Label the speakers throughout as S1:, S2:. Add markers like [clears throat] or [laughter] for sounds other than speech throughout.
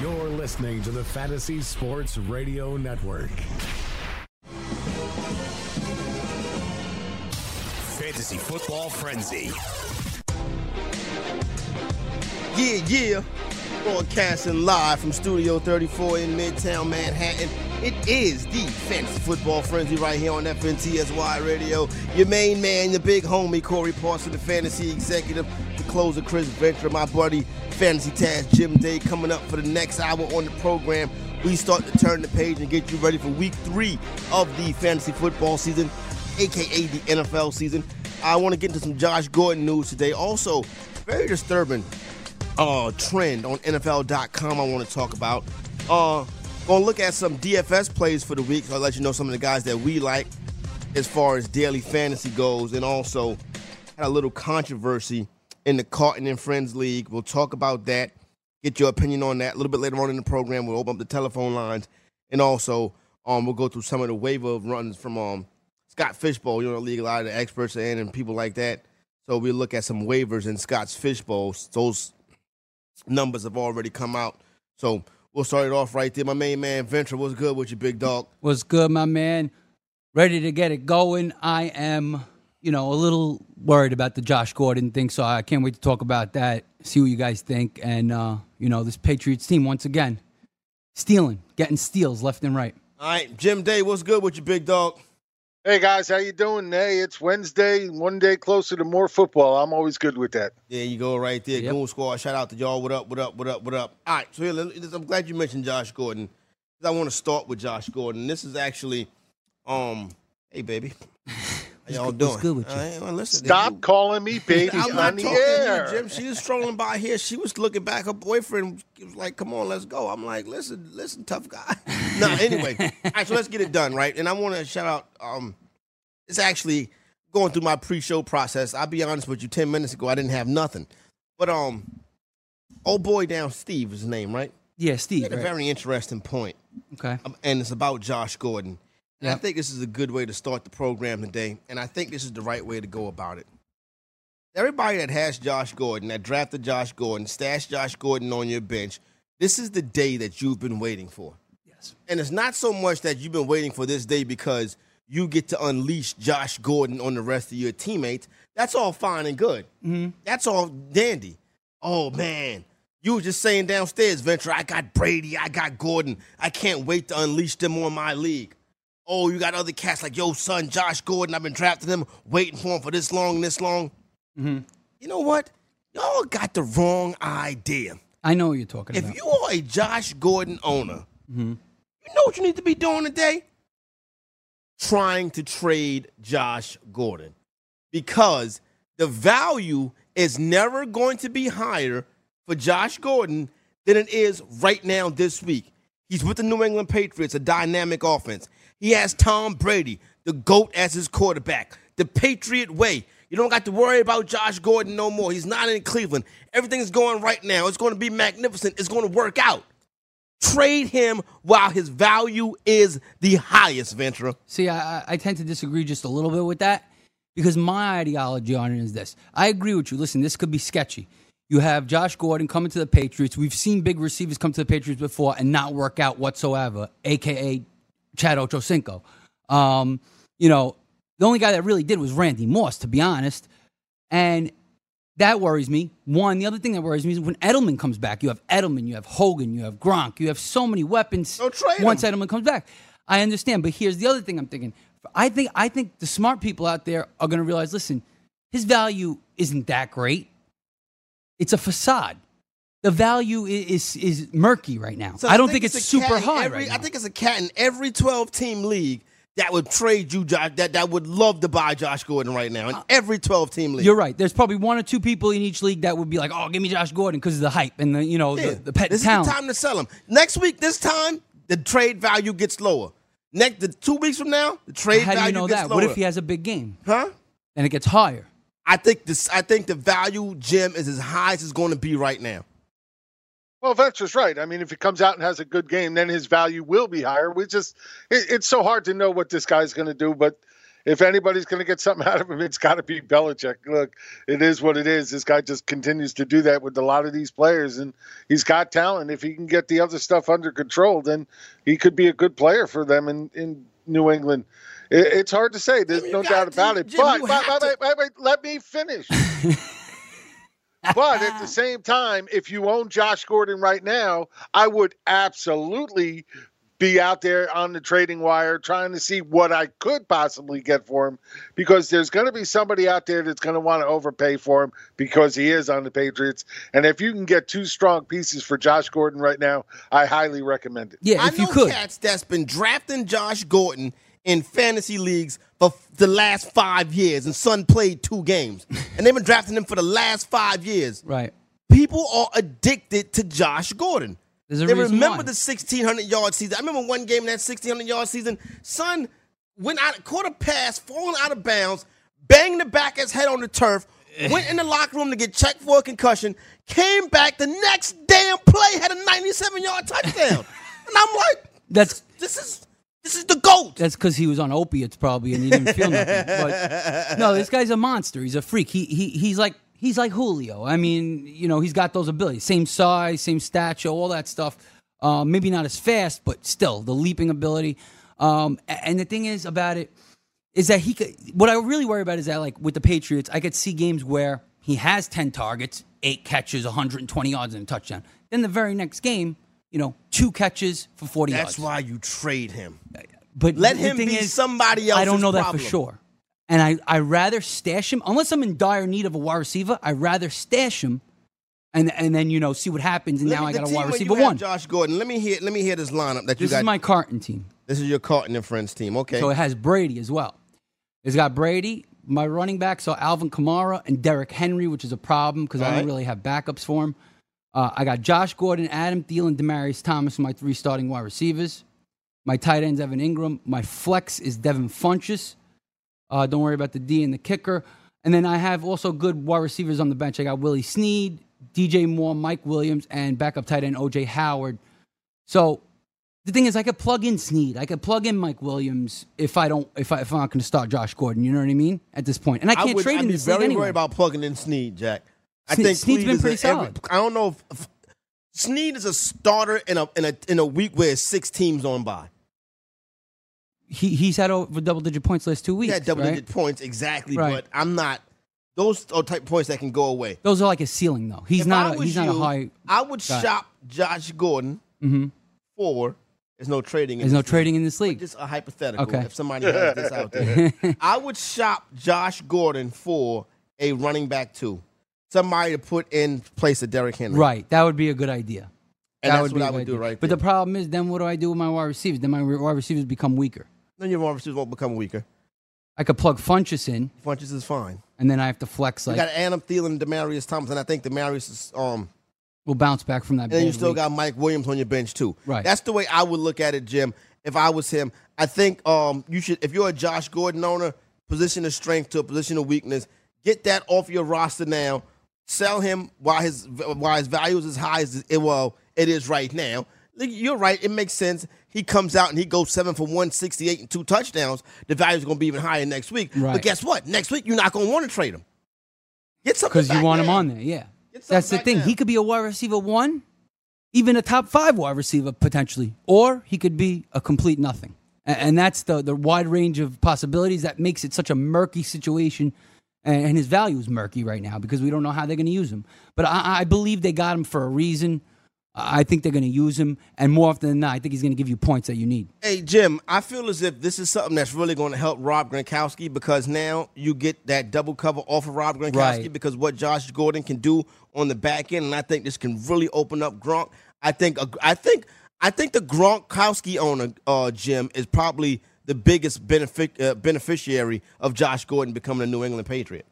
S1: You're listening to the Fantasy Sports Radio Network.
S2: Fantasy Football Frenzy.
S3: Yeah, yeah. Broadcasting live from Studio 34 in Midtown Manhattan. It is the Fantasy Football Frenzy right here on FNTSY Radio. Your main man, your big homie, Corey Parson, the fantasy executive, the closer, Chris Venture, my buddy, Fantasy Task Jim Day, coming up for the next hour on the program. We start to turn the page and get you ready for week three of the fantasy football season, aka the NFL season. I want to get into some Josh Gordon news today. Also, very disturbing uh, trend on NFL.com I want to talk about. Uh, gonna look at some DFS plays for the week. So I'll let you know some of the guys that we like as far as daily fantasy goes, and also had a little controversy in the Carton and Friends League. We'll talk about that. Get your opinion on that a little bit later on in the program. We'll open up the telephone lines, and also um, we'll go through some of the waiver of runs from um, Scott Fishbowl. You know, the league a lot of the experts are in and people like that. So we look at some waivers in Scott's Fishbowl. Those numbers have already come out. So we'll start it off right there. My main man, Venture, what's good with you, big dog?
S4: What's good, my man? Ready to get it going. I am, you know, a little worried about the Josh Gordon thing, so I can't wait to talk about that, see what you guys think. And, uh, you know, this Patriots team, once again, stealing, getting steals left and right.
S3: All right, Jim Day, what's good with you, big dog?
S5: Hey guys, how you doing? Hey, it's Wednesday, one day closer to more football. I'm always good with that.
S3: There you go, right there.
S4: Yep.
S3: Goon Squad, shout out to y'all. What up, what up, what up, what up? All right, so here, let- let- I'm glad you mentioned Josh Gordon. 'cause I want to start with Josh Gordon. This is actually, um,
S4: [laughs]
S3: hey, baby. How y'all
S4: good- what's
S3: doing?
S4: good with you?
S3: All right, well, listen,
S5: Stop
S3: you-
S5: calling
S3: [laughs]
S5: me baby
S3: I'm
S5: on
S3: not
S5: the
S3: talking to
S5: air.
S3: you, Jim. She was strolling by here. She was looking back. Her boyfriend was like, "Come on, let's go." I'm like, "Listen, listen, tough guy." [laughs] no, anyway. All right, so let's get it done, right? And I want to shout out. Um, it's actually going through my pre-show process. I'll be honest with you. Ten minutes ago, I didn't have nothing, but um, old boy down Steve is his name, right?
S4: Yeah,
S3: He
S4: Steve.
S3: had a
S4: right?
S3: very interesting point
S4: Okay.
S3: um, and it's about Josh Gordon. And I
S4: Yep.
S3: think this is a good way to start the program today, and I think this is the right way to go about it. Everybody that has Josh Gordon, that drafted Josh Gordon, stashed Josh Gordon on your bench, this is the day that you've been waiting for.
S4: Yes.
S3: And it's not so much that you've been waiting for this day because you get to unleash Josh Gordon on the rest of your teammates. That's all fine and good.
S4: Mm-hmm.
S3: That's all dandy. Oh man, you were just saying downstairs, Venture. I got Brady. I got Gordon. I can't wait to unleash them on my league. Oh, you got other cats like yo son, Josh Gordon. I've been drafting him, waiting for him for this long, this long.
S4: Mm-hmm.
S3: You know what? Y'all got the wrong idea.
S4: I know what you're talking
S3: If
S4: about.
S3: you are a Josh Gordon owner, you know what you need to be doing today? Trying to trade Josh Gordon because the value is never going to be higher for Josh Gordon than it is right now this week. He's with the New England Patriots, a dynamic offense. He has Tom Brady, the GOAT, as his quarterback. The Patriot way. You don't got to worry about Josh Gordon no more. He's not in Cleveland. Everything's going right now. It's going to be magnificent. It's going to work out. Trade him while his value is the highest, Ventura.
S4: See, I, I- I tend to disagree just a little bit with that because my ideology on it is this. I agree with you. Listen, this could be sketchy. You have Josh Gordon coming to the Patriots. We've seen big receivers come to the Patriots before and not work out whatsoever, aka Chad Ochocinco. Um, you know, the only guy that really did was Randy Moss, to be honest. And that worries me. One, the other thing that worries me is when Edelman comes back. You have Edelman, you have Hogan, you have Gronk, you have so many weapons.
S3: So trade 'em.
S4: once Edelman comes back, I understand. But here's the other thing I'm thinking. I think I think the smart people out there are going to realize. Listen, his value isn't that great. It's a facade. The value i- is is, murky right now.
S3: So
S4: I don't think, it's,
S3: a
S4: super
S3: cat in
S4: high
S3: every-
S4: right now.
S3: I think it's a cat in every 12 team league that would trade you, Josh, that, that would love to buy Josh Gordon right now in every 12 team league.
S4: Uh, You're right. There's probably one or two people in each league that would be like, "Oh, give me Josh Gordon" because of the hype and the you know
S3: Yeah.
S4: Oh, the, the pet
S3: this
S4: talent.
S3: is the time to sell him. Next week, this time, the trade value gets lower. Next, the two weeks from now, the trade
S4: How do
S3: value
S4: you know
S3: gets
S4: that?
S3: lower.
S4: What if he has a big game
S3: huh?
S4: and it gets higher?
S3: I think this. I think the value, Jim, is as high as it's going to be right now.
S5: Well, Venture's right. I mean, if he comes out and has a good game, then his value will be higher. We just, it, it's so hard to know what this guy's going to do. But if anybody's going to get something [laughs] out of him, it's got to be Belichick. Look, it is what it is. This guy just continues to do that with a lot of these players, and he's got talent. If he can get the other stuff under control, then he could be a good player for them in, in New England. It, it's hard to say. There's
S3: Jim, you
S5: no
S3: got-
S5: doubt about it.
S3: Jim,
S5: but,
S3: you
S5: but,
S3: have
S5: but
S3: to-
S5: wait, wait, wait, let me finish. But at the same time, if you own Josh Gordon right now, I would absolutely be out there on the trading wire trying to see what I could possibly get for him because there's going to be somebody out there that's going to want to overpay for him because he is on the Patriots. And if you can get two strong pieces for Josh Gordon right now, I highly recommend it.
S4: Yeah,
S3: I
S4: if
S3: know
S4: you could.
S3: cats that's been drafting Josh Gordon in fantasy leagues for f- the last five years, and son played two
S4: [laughs]
S3: games, and they've been drafting him for the last five years.
S4: Right.
S3: People are addicted to Josh Gordon.
S4: There's a
S3: they
S4: reason
S3: remember
S4: why.
S3: the 1600 yard season. I remember one game in that 1600 yard season. Son went out, caught a pass, falling out of bounds, banged the back of his head on the turf,
S4: Eh.
S3: went in the locker room to get checked for a concussion, came back the next damn play had a 97
S4: [laughs]
S3: yard touchdown, and I'm like,
S4: That's
S3: this is this is the goat.
S4: That's because he was on opiates probably and he didn't feel nothing. But
S3: [laughs]
S4: no, this guy's a monster. He's a freak. He he he's like he's like Julio. I mean, you know, he's got those abilities. Same size, same stature, all that stuff. Uh, maybe not as fast, but still the leaping ability. Um, a- and the thing is about it is that he could. What I really worry about is that like with the Patriots, I could see games where he has ten targets, eight catches, 120 yards, and a touchdown. Then the very next game, you know, two catches for 40 yards.
S3: That's why you trade him.
S4: But
S3: Let
S4: the
S3: him
S4: thing
S3: be
S4: is,
S3: somebody
S4: I don't
S3: else's
S4: know that
S3: problem.
S4: for sure. And I I rather stash him unless I'm in dire need of a wide receiver. I rather stash him, and and then you know see what happens. And
S3: Let
S4: now
S3: me-
S4: I
S3: the
S4: got a
S3: team
S4: wide
S3: where you
S4: receiver
S3: have
S4: one.
S3: Josh Gordon. Let me hear. Let me hear this lineup that you
S4: This
S3: got.
S4: is my Carton team,
S3: this is your Carton and Friends team. Okay.
S4: so it has Brady as well. It's got Brady. My running backs are Alvin Kamara and Derek Henry, which is a problem because I
S3: All
S4: don't
S3: right.
S4: really have backups for him. Uh, I got Josh Gordon, Adam Thielen, Demarius Thomas, my three starting wide receivers. My tight end's Evan Ingram. My flex is Devin Funches. Uh, don't worry about the D and the kicker. And then I have also good wide receivers on the bench. I got Willie Sneed, DJ Moore, Mike Williams, and backup tight end OJ Howard. So the thing is, I could plug in Sneed. I could plug in Mike Williams if I don't if, I, if I'm not going to start Josh Gordon. You know what I mean? At this point, and I can't
S3: would,
S4: trade
S3: I'd
S4: him
S3: be
S4: this
S3: very
S4: league anyway.
S3: worried about plugging in Sneed, Jack. I
S4: Sne-
S3: think
S4: Sneed's
S3: Sneed
S4: been
S3: is a
S4: pretty
S3: every-
S4: solid.
S3: I don't know if, if Sneed is a starter in a in a in a week where six teams on by.
S4: he he's had over double digit points last two
S3: He
S4: weeks.
S3: had double
S4: right?
S3: digit points exactly,
S4: Right.
S3: but I'm not. Those are type points that can go away.
S4: Those are like his ceiling though. He's
S3: If I
S4: not a,
S3: was
S4: he's not a
S3: you,
S4: high.
S3: I would
S4: guy.
S3: shop Josh Gordon
S4: hmm
S3: for. There's no trading. in
S4: There's no
S3: this league.
S4: trading in this league.
S3: Just a hypothetical.
S4: Okay.
S3: If somebody has this
S4: [laughs]
S3: out there, I would shop Josh Gordon for a running back too. Somebody to put in place of Derrick Henry.
S4: Right. That would be a good idea.
S3: And
S4: that would
S3: that's what
S4: be
S3: I
S4: a good
S3: would do
S4: idea.
S3: right
S4: But
S3: there.
S4: the problem is, then what do I do with my wide receivers? Then my re- wide receivers become weaker.
S3: Then your wide receivers won't become weaker.
S4: I could plug Funches in,
S3: Funches is fine.
S4: and then I have to flex.
S3: You
S4: Like
S3: got Adam Thielen and Demarius Thompson. I think Demarius is um
S4: we'll bounce back from that.
S3: and then you
S4: bad
S3: still
S4: week.
S3: got Mike Williams on your bench too.
S4: Right.
S3: That's the way I would look at it, Jim. If I was him, I think um you should if you're a Josh Gordon owner, position of strength to a position of weakness, get that off your roster now. Sell him while his while his value is as high as it well it is right now. Like, You're right. It makes sense. He comes out and he goes seven for one sixty eight and two touchdowns. The value is going to be even higher next week. But
S4: Right.
S3: guess what? Next week you're not going to want to trade him. Get something
S4: because you
S3: back
S4: want him
S3: now.
S4: on there. Yeah,
S3: Get something
S4: that's the
S3: back
S4: thing.
S3: now.
S4: He could be a wide receiver one, even a top five wide receiver potentially, or he could be a complete nothing. A- And, that's the the wide range of possibilities that makes it such a murky situation. And and his value is murky right now because we don't know how they're going to use him. But I, I believe they got him for a reason. I I think they're going to use him, and more often than not, I think he's going to give you points that you need.
S3: Hey Jim, I feel as if this is something that's really going to help Rob Gronkowski because now you get that double cover off of Rob Gronkowski
S4: Right.
S3: because what Josh Gordon can do on the back end, and I think this can really open up Gronk. I think I think I think the Gronkowski owner, uh, Jim, is probably the biggest benefic- uh, beneficiary of Josh Gordon becoming a New England Patriot?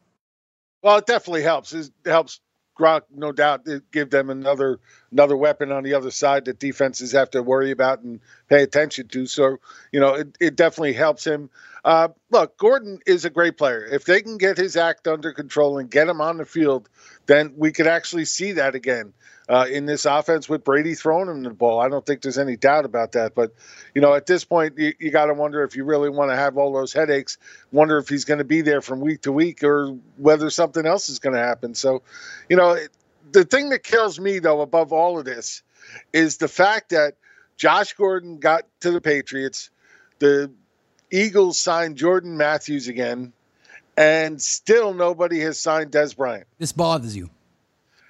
S5: Well, it definitely helps. It helps Gronk, no doubt, it give them another another weapon on the other side that defenses have to worry about and pay attention to. So, you know, it, it definitely helps him. Uh, look, Gordon is a great player. If they can get his act under control and get him on the field, then we could actually see that again uh, in this offense with Brady throwing him the ball. I don't think there's any doubt about that. But, you know, at this point, you, you got to wonder if you really want to have all those headaches, wonder if he's going to be there from week to week or whether something else is going to happen. So, you know, it, the thing that kills me, though, above all of this is the fact that Josh Gordon got to the Patriots, the Eagles signed Jordan Matthews again, and still nobody has signed Des Bryant
S4: This bothers you.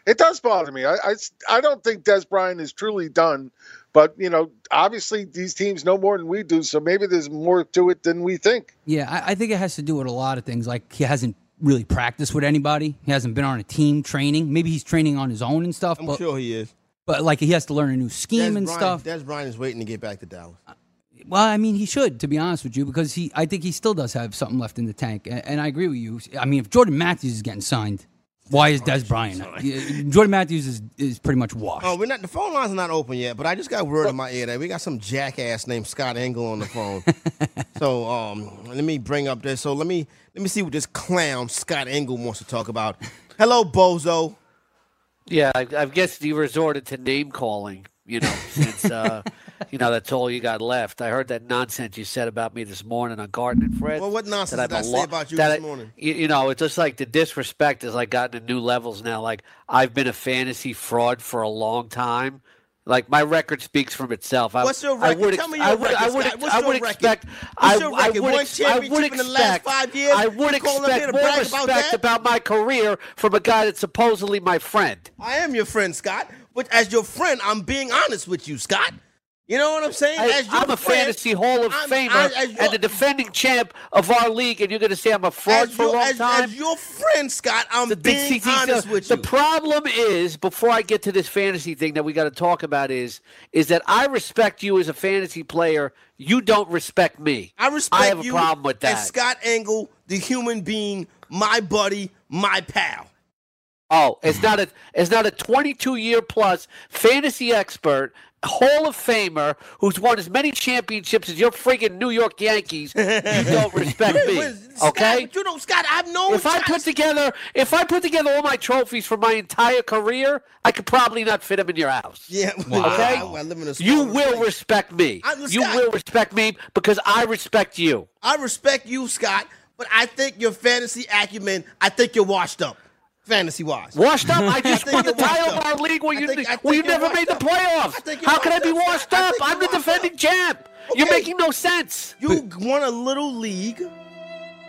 S5: it does bother me. I, I s- I don't think Des Bryant is truly done, but you know, obviously these teams know more than we do, so maybe there's more to it than we think.
S4: Yeah, I, I think it has to do with a lot of things. Like he hasn't really practiced with anybody. He hasn't been on a team training. Maybe he's training on his own and stuff.
S3: I'm
S4: but,
S3: sure he is.
S4: but like he has to learn a new scheme
S3: Des
S4: and
S3: Bryant-
S4: stuff.
S3: Des Bryant is waiting to get back to Dallas.
S4: Well, I mean, he should, to be honest with you, because he, I think he still does have something left in the tank. And, and I agree with you. I mean, if Jordan Matthews is getting signed, why is Des Bryant? not? Yeah, Jordan Matthews is, is pretty much washed.
S3: Oh, we're not. The phone lines are not open yet, but I just got word in my ear that we got some jackass named Scott Engel on
S6: [laughs]
S3: the phone. so um, let me bring up this. So let me let me see what this clown Scott Engel wants to talk about. Hello, bozo.
S6: Yeah, I, I guess you resorted to name calling, you know, since,
S3: [laughs]
S6: uh, you know, that's all you got left. I heard that nonsense you said about me this morning on Garden and Fred.
S3: Well, what nonsense
S6: I'm
S3: did I
S6: a
S3: say
S6: lo-
S3: about you
S6: that
S3: this
S6: I-
S3: morning?
S6: You, you know, it's just like the disrespect has like gotten to new levels now. Like I've been a fantasy fraud for a long time. Like my record speaks for itself. I,
S3: What's your
S6: I
S3: record?
S6: would
S3: Tell
S6: ex-
S3: me your
S6: I would,
S3: record,
S6: I would,
S3: Scott.
S6: ex-
S3: What's
S6: I
S3: your
S6: would
S3: record?
S6: expect.
S3: What's
S6: I,
S3: your
S6: I
S3: record?
S6: would
S3: One
S6: ex- I would
S3: championship in the last
S6: expect-
S3: five years?
S6: I would
S3: You calling up here to
S6: expect more
S3: brag about
S6: respect
S3: that?
S6: about my career from a guy that's supposedly my friend.
S3: I am your friend, Scott. But as your friend, I'm being honest with you, Scott. You know what I'm saying?
S6: I,
S3: as your
S6: I'm a
S3: friend,
S6: fantasy Hall of
S3: I'm-
S6: Famer
S3: I- as your-
S6: and the defending champ of our league, and you're going to say I'm a fraud
S3: as
S6: for a
S3: your,
S6: long
S3: as,
S6: time?
S3: as your friend, Scott, I'm
S6: the, the-
S3: being
S6: see, see,
S3: honest
S6: the-
S3: with
S6: the
S3: you.
S6: problem is, before I get to this fantasy thing that we got to talk about, is is that I respect you as a fantasy player. You don't respect me.
S3: I respect
S6: have
S3: you
S6: a problem with that.
S3: as Scott Engel, the human being, my buddy, my pal.
S6: Oh, it's not a it's not a 22 year plus fantasy expert, Hall of Famer who's won as many championships as your freaking New York Yankees.
S3: [laughs]
S6: You don't respect me,
S3: Scott,
S6: okay?
S3: you know, Scott, I've known
S6: If I
S3: Scott-
S6: put together if I put together all my trophies for my entire career, I could probably not fit them in your house.
S3: Yeah,
S6: Okay?
S3: I, I live in a
S6: You
S3: small
S6: will
S3: place.
S6: respect me.
S3: I-
S6: you
S3: Scott-
S6: will respect me because I respect you.
S3: I respect you, Scott, but I think your fantasy acumen, I think you're washed up, fantasy wise.
S6: Washed
S3: [laughs]
S6: up. I just
S3: think
S6: won the
S3: you're washed
S6: title of
S3: up.
S6: our league where
S3: I
S6: you
S3: think- I think
S6: where you
S3: you're
S6: never made the
S3: washed up. I
S6: playoffs.
S3: think you're
S6: How can I be
S3: washed
S6: washed
S3: up. I
S6: up?
S3: think
S6: I'm the
S3: you're washed
S6: defending
S3: up.
S6: champ. You're
S3: Okay.
S6: making no sense.
S3: You won a little league.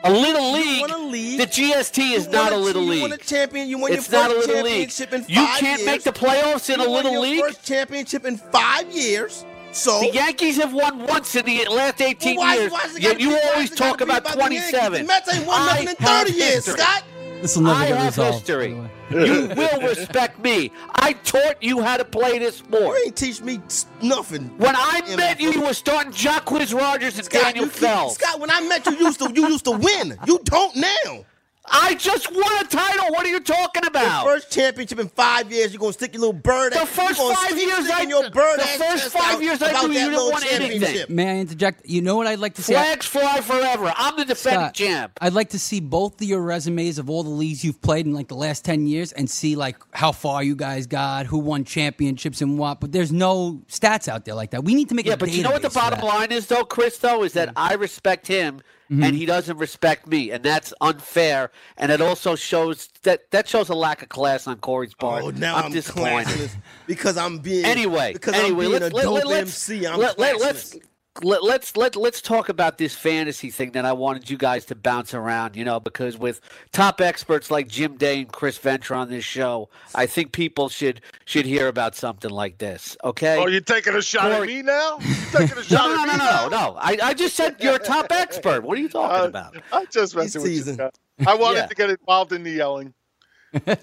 S6: A little league.
S3: won a league.
S6: The GST is
S3: You
S6: not
S3: won
S6: a little
S3: you
S6: league.
S3: won a champion. You won
S6: it's
S3: your
S6: not
S3: first
S6: a little league.
S3: championship in
S6: You
S3: five
S6: can't make
S3: years.
S6: the playoffs in
S3: You
S6: a
S3: won
S6: little
S3: your
S6: league.
S3: First championship in five years. So
S6: The Yankees have won once in the last 18
S3: Well, why-
S6: years.
S3: why is it
S6: yet
S3: gotta
S6: you
S3: be- why
S6: always
S3: is it gotta
S6: talk
S3: be
S6: about
S3: the Yankees?
S6: 27.
S3: The Mets ain't won
S6: I
S3: nothing in
S6: have
S3: 30 years,
S6: history.
S3: Scott.
S4: This will never
S6: I
S4: get
S6: have
S4: resolved. by
S6: history.
S4: the way.
S6: You will respect
S3: [laughs]
S6: me. I taught you how to play this sport.
S3: You ain't teach me s- nothing.
S6: When I
S3: Yeah,
S6: met
S3: man.
S6: you, you were starting Jacquizz Rogers and
S3: Scott,
S6: Daniel
S3: you keep-
S6: Fell.
S3: Scott, when I met you, you used to you used to win. You don't now.
S6: I just won a title. What are you talking about?
S3: Your first championship in five years, you're gonna stick your little bird.
S6: The
S3: ass- you're
S6: first
S3: gonna
S6: five
S3: stick-
S6: years
S3: sticking
S6: I-
S3: your bird
S6: the
S3: ass
S6: first
S3: chest
S6: five
S3: out
S6: years I
S3: about
S6: knew you
S3: that
S6: didn't
S3: little
S6: want anything.
S3: championship.
S4: May I interject? You know what I'd like to see?
S6: Flags fly forever. I'm the defending
S4: Scott,
S6: champ.
S4: I'd like to see both of your resumes of all the leagues you've played in like the last 10 years and see like how far you guys got, who won championships and what, but there's no stats out there like that. We need to make
S6: Yeah,
S4: a
S6: but you know what the
S4: database for
S6: bottom
S4: that. Hmm.
S6: line is, though, Chris, though, is that I respect him
S4: Mm-hmm.
S6: and he doesn't respect me, and that's unfair. And it also shows that that shows a lack of class on Corey's part.
S3: Oh, now
S6: I'm,
S3: I'm,
S6: disappointed.
S3: classless because I'm being
S6: Anyway,
S3: Because
S6: anyway,
S3: I'm being
S6: let's,
S3: a dope
S6: let, let,
S3: MC. I'm
S6: let, let,
S3: classless.
S6: let's let, let's let, let's talk about this fantasy thing that I wanted you guys to bounce around, you know, because with top experts like Jim Day and Chris Venture on this show, I think people should should hear about something like this. Okay?
S5: Oh, you taking a shot
S6: Corey-
S5: at me now? You taking a shot
S6: no, no,
S5: at
S6: no,
S5: me
S6: no,
S5: now?
S6: no, no. I, I just said you're
S5: [laughs]
S6: a top expert. What are you talking about?
S5: I just messing with you.
S3: teasing.
S5: Scott. I wanted
S6: Yeah.
S5: to get involved in the yelling.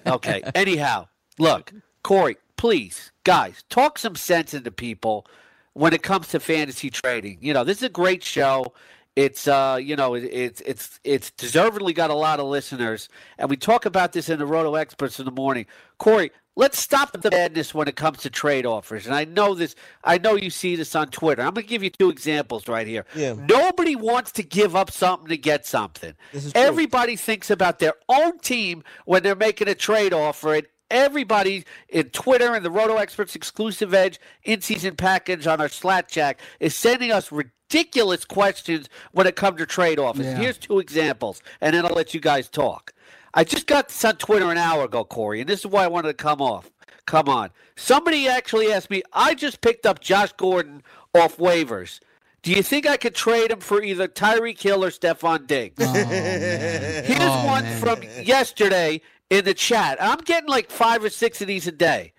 S6: Okay. Anyhow, look, Corey, please, guys, talk some sense into people when it comes to fantasy trading. You know, this is a great show. It's uh, you know, it, it's it's it's deservedly got a lot of listeners, and we talk about this in the Roto Experts in the morning. Corey, let's stop the madness when it comes to trade offers. And I know this. I know you see this on Twitter. I'm going to give you two examples right here.
S3: Yeah.
S6: Nobody wants to give up something to get something.
S3: This is true.
S6: Everybody thinks about their own team when they're making a trade offer, and everybody in Twitter and the Roto Experts exclusive edge in season package on our Slack chat is sending us ridiculous questions when it comes to trade offers.
S4: Yeah.
S6: Here's two examples, and then I'll let you guys talk. I just got this on Twitter an hour ago, Corey, and this is why I wanted to come off. Come on. Somebody actually asked me, I just picked up Josh Gordon off waivers. Do you think I could trade him for either Tyreek Hill or Stephon Diggs?
S3: Oh,
S6: Here's
S4: Oh,
S6: one
S4: man.
S6: [laughs] from yesterday in the chat. I'm getting like five or six of these a day.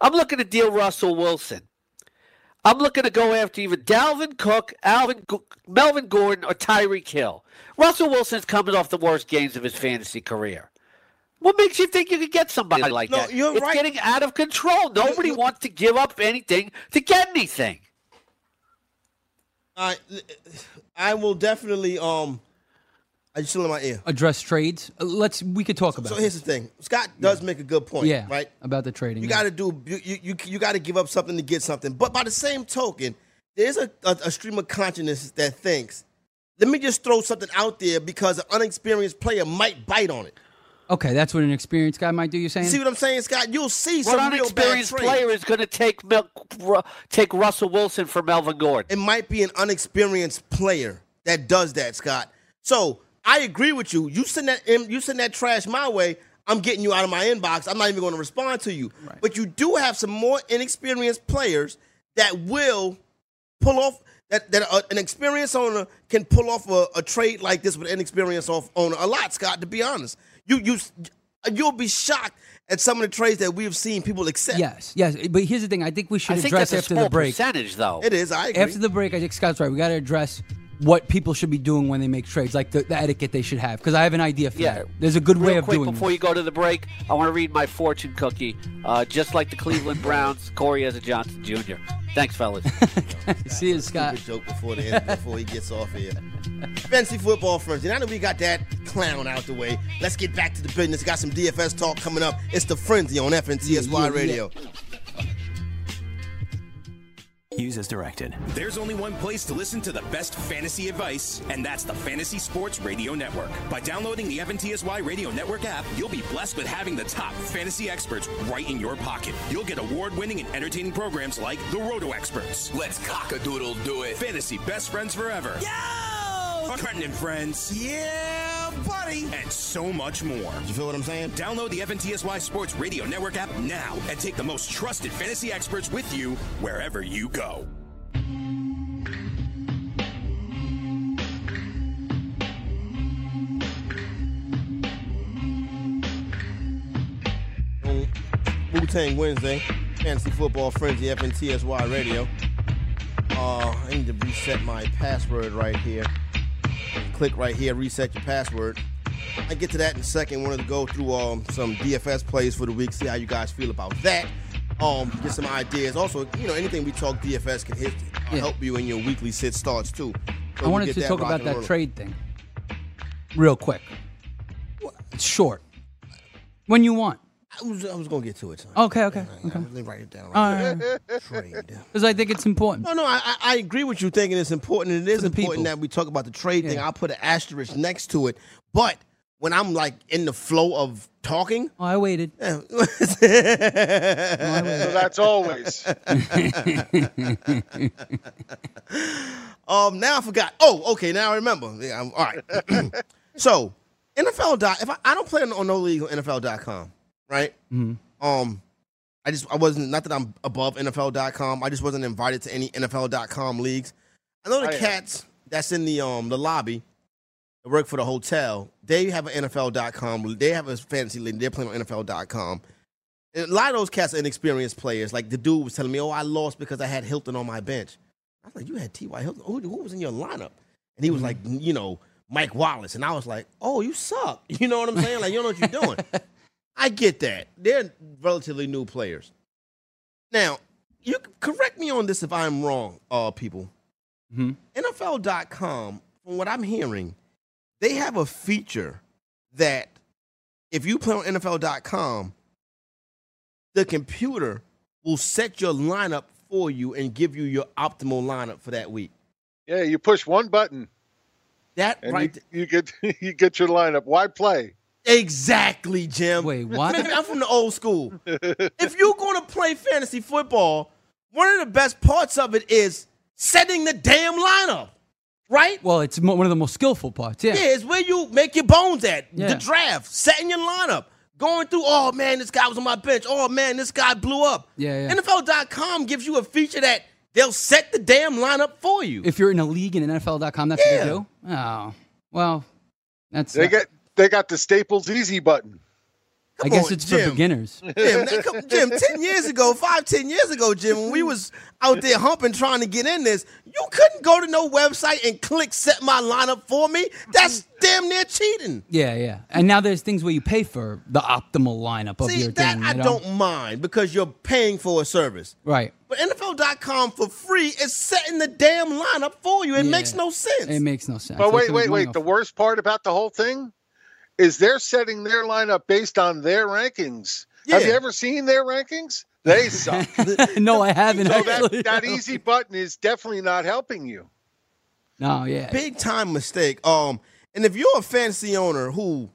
S6: I'm looking to deal Russell Wilson. I'm looking to go after either Dalvin Cook, Alvin, G- Melvin Gordon, or Tyreek Hill. Russell Wilson's coming off the worst games of his fantasy career. What makes you think you could get somebody like
S3: No,
S6: that?
S3: you're
S6: it's
S3: right.
S6: getting out of control. Nobody
S3: you-
S6: wants to give up anything to get anything.
S3: I I will definitely um. I just still in my ear.
S4: Address trades. Uh, Let's. We could talk about.
S3: So
S4: it.
S3: here's the thing. Scott does make a good point.
S4: yeah.
S3: Right.
S4: About the trading.
S3: You
S4: yeah.
S3: got to do. You you, you, you got to give up something to get something. But by the same token, there's a, a, a stream of consciousness that thinks, let me just throw something out there because an unexperienced player might bite on it.
S4: Okay, that's what an experienced guy might do. You're saying?
S3: See what I'm saying, Scott? You'll see
S6: What
S3: some real bad
S6: unexperienced
S3: trades.
S6: player is going to take Mel- Ru- take Russell Wilson for Melvin Gordon?
S3: it might be an unexperienced player that does that, Scott. So I agree with you. You send that in- you send that trash my way. I'm getting you out of my inbox. I'm not even going to respond to you. But you do have some more inexperienced players that will pull off that that uh, an experienced owner can pull off a, a trade like this with an inexperienced off owner a lot, Scott. To be honest, you you you'll be shocked at some of the trades that we've seen people accept.
S4: Yes, yes. But here's the thing. I think we should
S6: I think
S4: address
S6: that's
S4: after
S6: a small
S4: the break.
S6: percentage, though.
S3: it is. I agree.
S4: After the break, I think Scott's right. We got to address what people should be doing when they make trades, like the, the etiquette they should have. Because I have an idea for
S6: Yeah.
S4: that. There's a good
S6: Real
S4: way of
S6: quick
S4: doing.
S6: before
S4: this.
S6: you go to the break, I want to read my fortune cookie. Uh, just like the Cleveland Browns, Corey as a Johnson Jr. Thanks, fellas.
S4: See [laughs] you, Scott.
S3: stupid joke before the end, before he gets off here. Fancy football frenzy. Now that we got that clown out the way, let's get back to the business. Got some DFS talk coming up. It's the frenzy on FNTSY
S4: Yeah, yeah,
S3: Radio.
S7: Use as directed.
S2: There's only one place to listen to the best fantasy advice, and that's the Fantasy Sports Radio Network. By downloading the FNTSY Radio Network app, you'll be blessed with having the top fantasy experts right in your pocket. You'll get award winning and entertaining programs like The Roto Experts,
S7: Let's cock a doodle do it.
S2: Fantasy Best Friends Forever,
S7: Yo!
S2: Pregnant Friends,
S7: Yeah, buddy.
S2: and so much more.
S3: You feel what I'm saying?
S2: Download the FNTSY Sports Radio Network app now and take the most trusted fantasy experts with you wherever you go.
S3: Wu Tang Wednesday, Fantasy Football Frenzy, FNTSY Radio. Uh, I need to reset my password right here. Click right here, reset your password. I get to that in a second. Wanted to go through um, some DFS plays for the week, see how you guys feel about that. Um, get some ideas. Also, you know, anything we talk DFS can hit, uh,
S4: Yeah.
S3: help you in your weekly sit starts too. So
S4: I
S3: you
S4: wanted
S3: get
S4: to talk
S3: rock
S4: about
S3: and
S4: that
S3: roll.
S4: trade thing, real quick. It's short. When you want.
S3: I was, I was gonna get to it. son.
S4: Okay, okay,
S3: I,
S4: Oh, okay.
S3: Let me write it down.
S4: All right.
S3: Trade.
S4: Because I think it's important.
S3: No, no, I, I- I agree with you thinking it's important. and It is
S4: the
S3: important
S4: people.
S3: that we talk about the trade thing.
S4: Yeah.
S3: I'll put an asterisk next to it. But when I'm like in the flow of talking,
S4: Oh, I waited. [laughs]
S3: eh,
S5: So that's always.
S3: [laughs] um, now I forgot. Oh, okay, now I remember. Yeah, I'm- all right. [clears throat] so NFL dot if I, I don't play on, on no league on NFL.com, right? Um, I just I wasn't not that I'm above NFL.com. I just wasn't invited to any NFL.com leagues. I know the
S5: I am.
S3: cats that's in the um the lobby that work for the hotel. They have an NFL.com. They have a fantasy league. They're playing on NFL.com. And a lot of those cats are inexperienced players. Like the dude was telling me, "Oh, I lost because I had Hilton on my bench." I was like, "You had T. Y. Hilton? Who, who was in your lineup?" And he was
S5: Mm-hmm.
S3: like, "You know, Mike Wallace." And I was like, "Oh, you suck." [laughs] You know what I'm saying? Like you don't know what you're
S5: [laughs]
S3: doing. I get that. They're relatively new players. Now, you can correct me on this if I'm wrong, uh, people.
S4: Mhm.
S3: NFL.com, from what I'm hearing, they have a feature that if you play on NFL.com, the computer will set your lineup for you and give you your optimal lineup for that week.
S5: Yeah, you push one button
S3: That
S5: and
S3: right,
S5: you, you get [laughs] you get your lineup. Why play?
S3: th- exactly, Jim. [laughs]
S4: Wait, what?
S3: Man, I'm from the old school. if you're going to play fantasy football, one of the best parts of it is setting the damn lineup, right?
S4: Well, it's mo- one of the most skillful parts. Yeah.
S3: Yeah, it's where you make your bones at.
S4: Yeah.
S3: The draft, setting your lineup, going through, oh man, this guy was on my bench. Oh man, this guy blew up.
S4: Yeah, yeah.
S3: NFL.com gives you a feature that they'll set the damn lineup for you.
S4: If you're in a league in NFL.com, that's
S3: Yeah.
S4: what they do. Oh, well, that's.
S5: They get they got the Staples Easy button.
S4: I guess
S3: on,
S4: it's
S3: Jim.
S4: for beginners.
S5: [laughs]
S3: Jim,
S4: [laughs]
S3: that couple- Jim, 10 years ago, five, 10 years ago, Jim, when we was out there humping trying to get in this, you couldn't go to no website and click set my lineup for me. That's damn near cheating.
S4: Yeah, yeah. And now there's things where you pay for the optimal lineup of
S3: See,
S4: your
S3: that
S4: thing.
S3: I
S4: you know?
S3: don't mind because you're paying for a service.
S4: Right.
S3: But NFL.com for free is setting the damn lineup for you. It
S4: Yeah.
S3: makes no sense.
S4: It makes no sense.
S5: But
S4: They
S5: wait,
S4: could
S5: wait,
S4: make
S5: wait.
S4: money
S5: The
S4: off-
S5: worst part about the whole thing is they're setting their lineup based on their rankings. Have
S3: Yeah.
S5: you ever seen their rankings?
S4: [laughs]
S5: They suck. so
S4: no, I haven't actually.
S5: that, that easy button is definitely not helping you.
S4: No, yeah.
S3: Big time mistake. Um, and if you're a fantasy owner who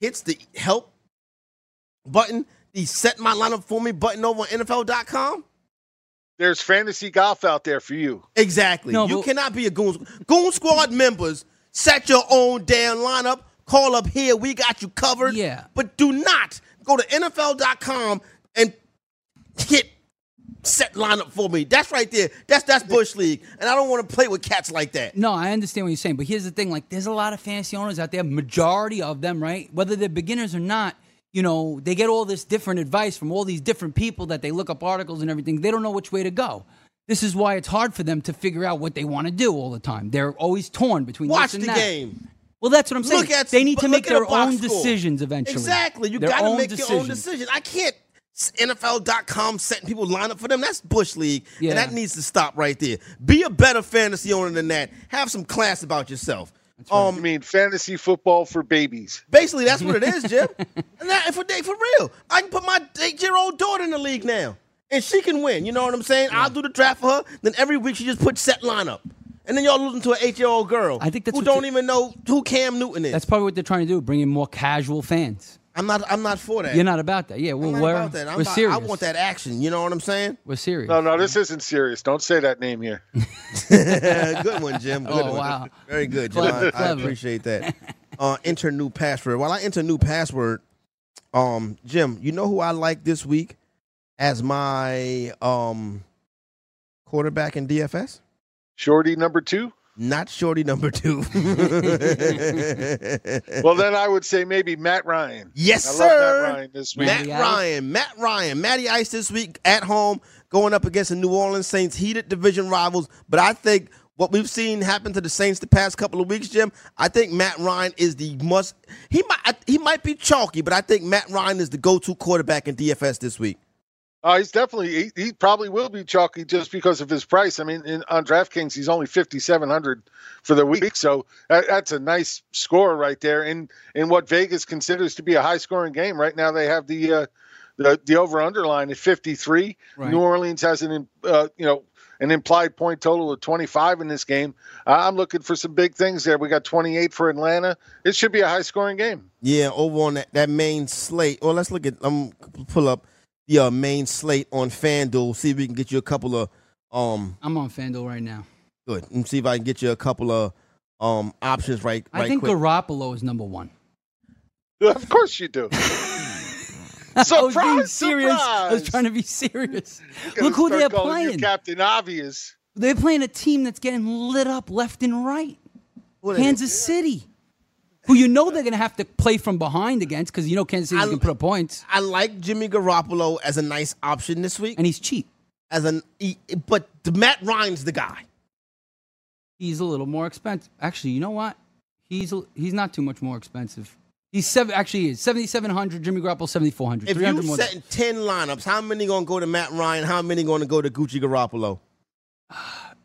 S3: hits the help button, the set my lineup for me button over on NFL.com,
S5: There's fantasy golf out there for you.
S3: exactly.
S4: No,
S3: you
S4: but-
S3: cannot be a goon Squ- goon squad members. Set your own damn lineup. Call up here. We got you covered.
S4: Yeah.
S3: But do not go to NFL.com and hit set lineup for me. That's right there. That's that's Bush League. And I don't want to play with cats like that.
S4: No, I understand what you're saying, but here's the thing: like, there's a lot of fantasy owners out there. Majority of them, right? Whether they're beginners or not, you know, they get all this different advice from all these different people that they look up articles and everything. They don't know which way to go. This is why it's hard for them to figure out what they want to do all the time. They're always torn between
S3: Watch
S4: this and
S3: the
S4: that.
S3: game.
S4: Well, that's what I'm saying.
S3: Look at
S4: they need to
S3: look
S4: make
S3: at a
S4: their
S3: box
S4: own
S3: score.
S4: decisions eventually.
S3: Exactly. You
S4: Their
S3: got to
S4: own
S3: make your own
S4: decisions.
S3: decision. I can't s- NFL.com setting people line up for them. That's Bush League.
S4: Yeah.
S3: And that needs to stop right there. Be a better fantasy owner than that. Have some class about yourself.
S5: I
S3: Um,
S5: mean, fantasy football for babies.
S3: basically, that's what it
S4: [laughs]
S3: is, Jim. and that, for, for real, I can put my eight year old daughter in the league now, and she can win. You know what I'm saying? I'll do the draft for her. Then every week she just puts set lineup, and then y'all losing to an eight year old girl.
S4: I think that's
S3: who
S4: what
S3: don't
S4: you-
S3: even know who Cam Newton is.
S4: That's probably what they're trying to do: bring in more casual fans.
S3: I'm not. I'm not for that.
S4: You're not about that, yeah. Well,
S3: I'm not
S4: we're,
S3: about that. I'm
S4: we're
S3: about-
S4: serious.
S3: I want that action. You know what I'm saying?
S4: We're serious.
S5: No, no, this isn't serious. Don't say that
S4: [laughs]
S5: name here.
S3: [laughs] good one, Jim. Good
S4: Oh,
S3: one.
S4: wow.
S3: Very good, Jim. I,
S4: Clever,
S3: I
S4: clever. [laughs]
S3: appreciate that. Uh, enter new password. While I enter new password, um, Jim, you know who I like this week as my um quarterback in DFS?
S5: Shorty number two.
S3: Not Shorty
S4: [laughs]
S3: number two. [laughs]
S5: Well, then I would say maybe Matt Ryan.
S3: Yes,
S5: I
S3: sir.
S5: love Matt Ryan this week.
S3: Matt
S4: Matty Ice.
S3: Ryan, Matt Ryan, Matty Ice this week at home going up against the New Orleans Saints, heated division rivals. But I think what we've seen happen to the Saints the past couple of weeks, Jim. I think Matt Ryan is the must. He might I- he might be chalky, but I think Matt Ryan is the go-to quarterback in DFS this week.
S5: Uh, he's definitely he, he probably will be chalky just because of his price. I mean, in, on DraftKings he's only fifty seven hundred for the week, so that, that's a nice score right there. In in what Vegas considers to be a high scoring game right now, they have the uh, the the over underline at fifty three.
S4: Right.
S5: New Orleans has an im- uh, you know an implied point total of twenty five in this game. I I'm looking for some big things there. We got twenty eight for Atlanta. It should be a high scoring game.
S3: Yeah, over on that, that main slate. Well, let's look at. I'm pull up the uh, main slate on FanDuel. See if we can get you a couple of um
S4: I'm on FanDuel right now.
S3: good. Let me see if I can get you a couple of um options right. right
S4: I think
S3: quick.
S4: Garoppolo is number one.
S5: Of course you do.
S4: [laughs] I was being
S5: Surprise,
S4: serious. I was
S5: surprise.
S4: trying to be serious.
S5: Gonna
S4: Look who
S5: start
S4: they're
S5: calling you
S4: playing.
S5: Captain Obvious.
S4: They're playing a team that's getting lit up left and right.
S3: What is it?
S4: Kansas City, who you know they're going to have to play from behind against because you know Kansas City's
S3: I-
S4: going to put up points,
S3: I like Jimmy Garoppolo as a nice option this week.
S4: and he's cheap.
S3: As an, he- but the Matt Ryan's the guy.
S4: He's a little more expensive. Actually, you know what? He's a- he's not too much more expensive. He's seven. Actually, he is seventy seven hundred. Jimmy Garoppolo seventy four hundred.
S3: If
S4: Three
S3: you
S4: hundred more.
S3: setting ten lineups, how many gonna go to Matt Ryan? How many gonna go to Gucci Garoppolo?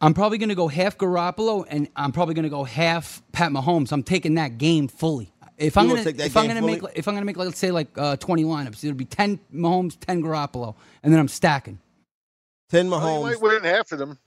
S4: I'm probably going to go half Garoppolo and I'm probably going to go half Pat Mahomes. I'm taking that game fully. If I'm
S3: You
S4: going
S3: gonna
S4: to
S3: take that
S4: if I'm
S3: game
S4: going to make
S3: fully?
S4: if I'm going to make like, let's say like uh, 20 lineups, it'll be 10 Mahomes, 10 Garoppolo, and then I'm stacking.
S3: Ten
S5: Well, he
S3: Mahomes.
S5: might win half of them.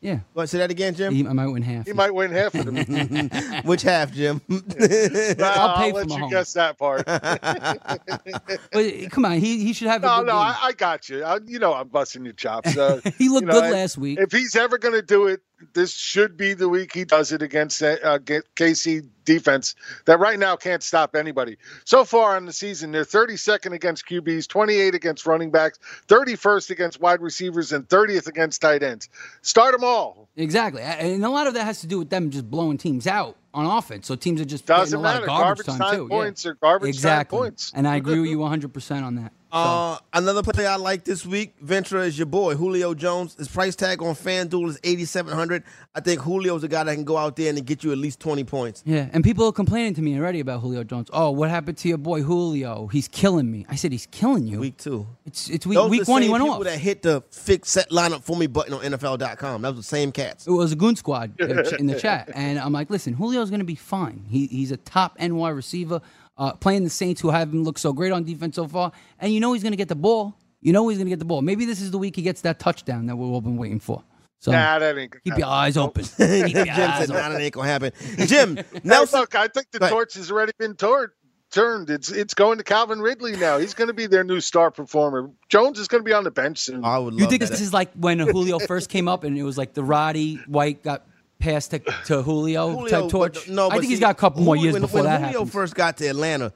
S4: Yeah,
S3: What, say that
S4: [laughs]
S3: again, Jim.
S4: He- I might win half.
S5: He might win half of them.
S4: [laughs]
S3: Which half, Jim?
S5: [laughs] I'll,
S4: pay
S5: I'll
S4: for
S5: let you
S4: Mahomes.
S5: guess that part.
S4: [laughs]
S5: [laughs]
S4: But, come on, he he should have. a
S5: No,
S4: good
S5: no,
S4: game.
S5: I, I got you. I, you know, I'm busting your chops. Uh,
S4: [laughs] He looked
S5: you know,
S4: good
S5: I-
S4: last week.
S5: If he's ever going to do it, this should be the week he does it against uh, uh, K- KC defense that right now can't stop anybody. So far on the season, they're 32nd against QBs, 28 against running backs, 31st against wide receivers, and 30th against tight ends. Start them all.
S4: Exactly, A- and a lot of that has to do with them just blowing teams out on offense. So teams are just getting
S5: Doesn't
S4: a lot
S5: matter.
S4: of garbage,
S5: Garbage
S4: time,
S5: time
S4: too. Yeah.
S5: points are garbage time
S4: exactly.
S5: points.
S4: And I agree with you 100 percent on that. So,
S3: Uh, another play I like this week, Ventura is your boy, Julio Jones. His price tag on FanDuel is eighty seven hundred. I think Julio's a guy that can go out there and get you at least twenty points.
S4: yeah, and people are complaining to me already about Julio Jones. Oh, what happened to your boy Julio? He's killing me. I said he's killing you.
S3: Week two.
S4: it's it's week,
S3: Those
S4: week
S3: the
S4: one. He
S3: same
S4: went
S3: people
S4: off.
S3: that hit the fix set lineup for me button on NFL.com. That was the same cats.
S4: It was a goon squad uh, in
S3: [laughs]
S4: the chat, and I'm like, listen, Julio's going to be fine. He, he's a top NY receiver, uh, playing the Saints, who haven't looked so great on defense so far, and you know he's going to get the ball. You know he's going to get the ball. Maybe this is the week he gets that touchdown that we've all been waiting for. So
S5: Nah, that ain't.
S4: keep
S5: happen.
S4: your eyes open.
S3: [laughs]
S4: Keep your
S3: Jim
S4: eyes
S3: said,
S4: open.
S3: nah, that ain't gonna happen.
S5: [laughs]
S3: Jim,
S5: Now,
S3: Nelson.
S5: look, I think the
S3: Go ahead.
S5: torch has already been tor- turned. It's it's going to Calvin Ridley now. He's going to be their new star performer. Jones is going to be on the bench soon.
S3: I would love
S4: You think
S3: that.
S4: this is like when
S3: [laughs]
S4: Julio first came up, and it was like the Roddy White got passed to, to Julio, type
S3: but
S4: torch?
S3: th- no,
S4: I
S3: but
S4: think he's
S3: see,
S4: got a couple more
S3: Julio-
S4: years
S3: when,
S4: before
S3: when
S4: that
S3: Julio
S4: happens.
S3: first got to Atlanta,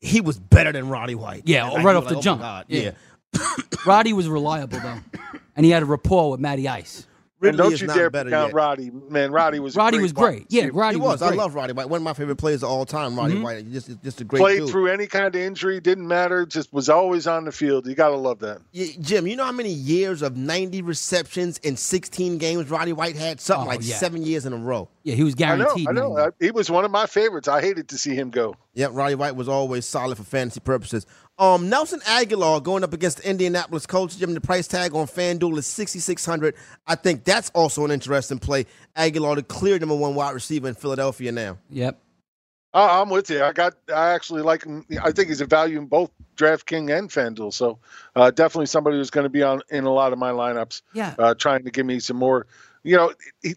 S3: he was better than Roddy White.
S4: Yeah,
S3: And I
S4: right
S3: knew,
S4: off the
S3: like, oh my
S4: jump.
S3: God,
S4: Yeah.
S3: yeah.
S4: [coughs] Roddy was reliable though, and he had a rapport with Matty Ice.
S5: and
S3: Ridley
S5: don't
S3: is
S5: you
S3: not
S5: dare
S3: better
S5: pick out
S3: yet.
S5: Roddy. Man, Roddy was a
S4: Roddy was
S5: wide
S4: great. Yeah,
S5: receiver.
S4: Roddy
S3: He was. I
S4: great. Mm-hmm.
S3: love Roddy White. One of my favorite players of all time, Roddy White. Just, just a great
S5: Played
S3: dude.
S5: through any kind of injury, didn't matter. Just was always on the field. You got to love that.
S3: Yeah, Jim, you know how many years of 90 receptions in 16 games Roddy White had? Something
S4: Oh,
S3: like
S4: yeah.
S3: seven years in a row.
S4: Yeah, he was
S5: I know.
S4: guaranteed.
S5: I know.
S4: man.
S5: I- he was one of my favorites. I hated to see him go.
S3: Yep, Roddy White was always solid for fantasy purposes. Um, Nelson Aguilar going up against the Indianapolis Colts. Jim, the price tag on FanDuel is sixty six hundred. I think that's also an interesting play. Aguilar, the clear number one wide receiver in Philadelphia now.
S4: Yep.
S5: I, I'm with you. I got. I actually like him. I think he's a value in both DraftKings and FanDuel. So uh, definitely somebody who's going to be on in a lot of my lineups.
S4: Yeah.
S5: uh, trying to give me some more. You know, he,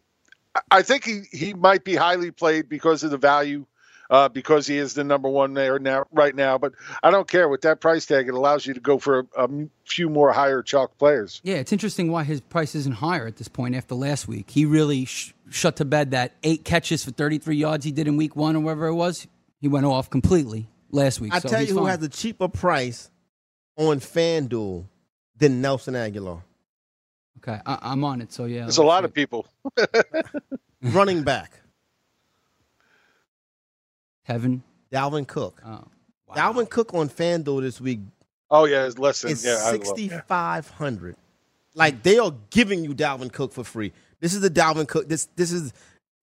S5: I think he, he might be highly played because of the value, uh, because he is the number one there now right now. But I don't care with that price tag; it allows you to go for a, a few more higher chalk players.
S4: Yeah, it's interesting why his price isn't higher at this point after last week. He really sh- shut to bed that eight catches for 33 yards he did in week one or whatever it was. He went off completely last week.
S3: I
S4: so
S3: tell
S4: he's
S3: you who
S4: fine.
S3: has a cheaper price on FanDuel than Nelson Aguilar,
S4: Okay, I- I'm on it. So yeah,
S5: There's a lot of people.
S3: [laughs] running back
S4: Heaven.
S3: Dalvin Cook.
S4: Oh, wow.
S3: Dalvin Cook on FanDuel this week
S5: Oh yeah, it's less than
S3: It's
S5: yeah. I love-
S3: sixty five hundred. Like they are giving you Dalvin Cook for free. This is the Dalvin Cook. This this is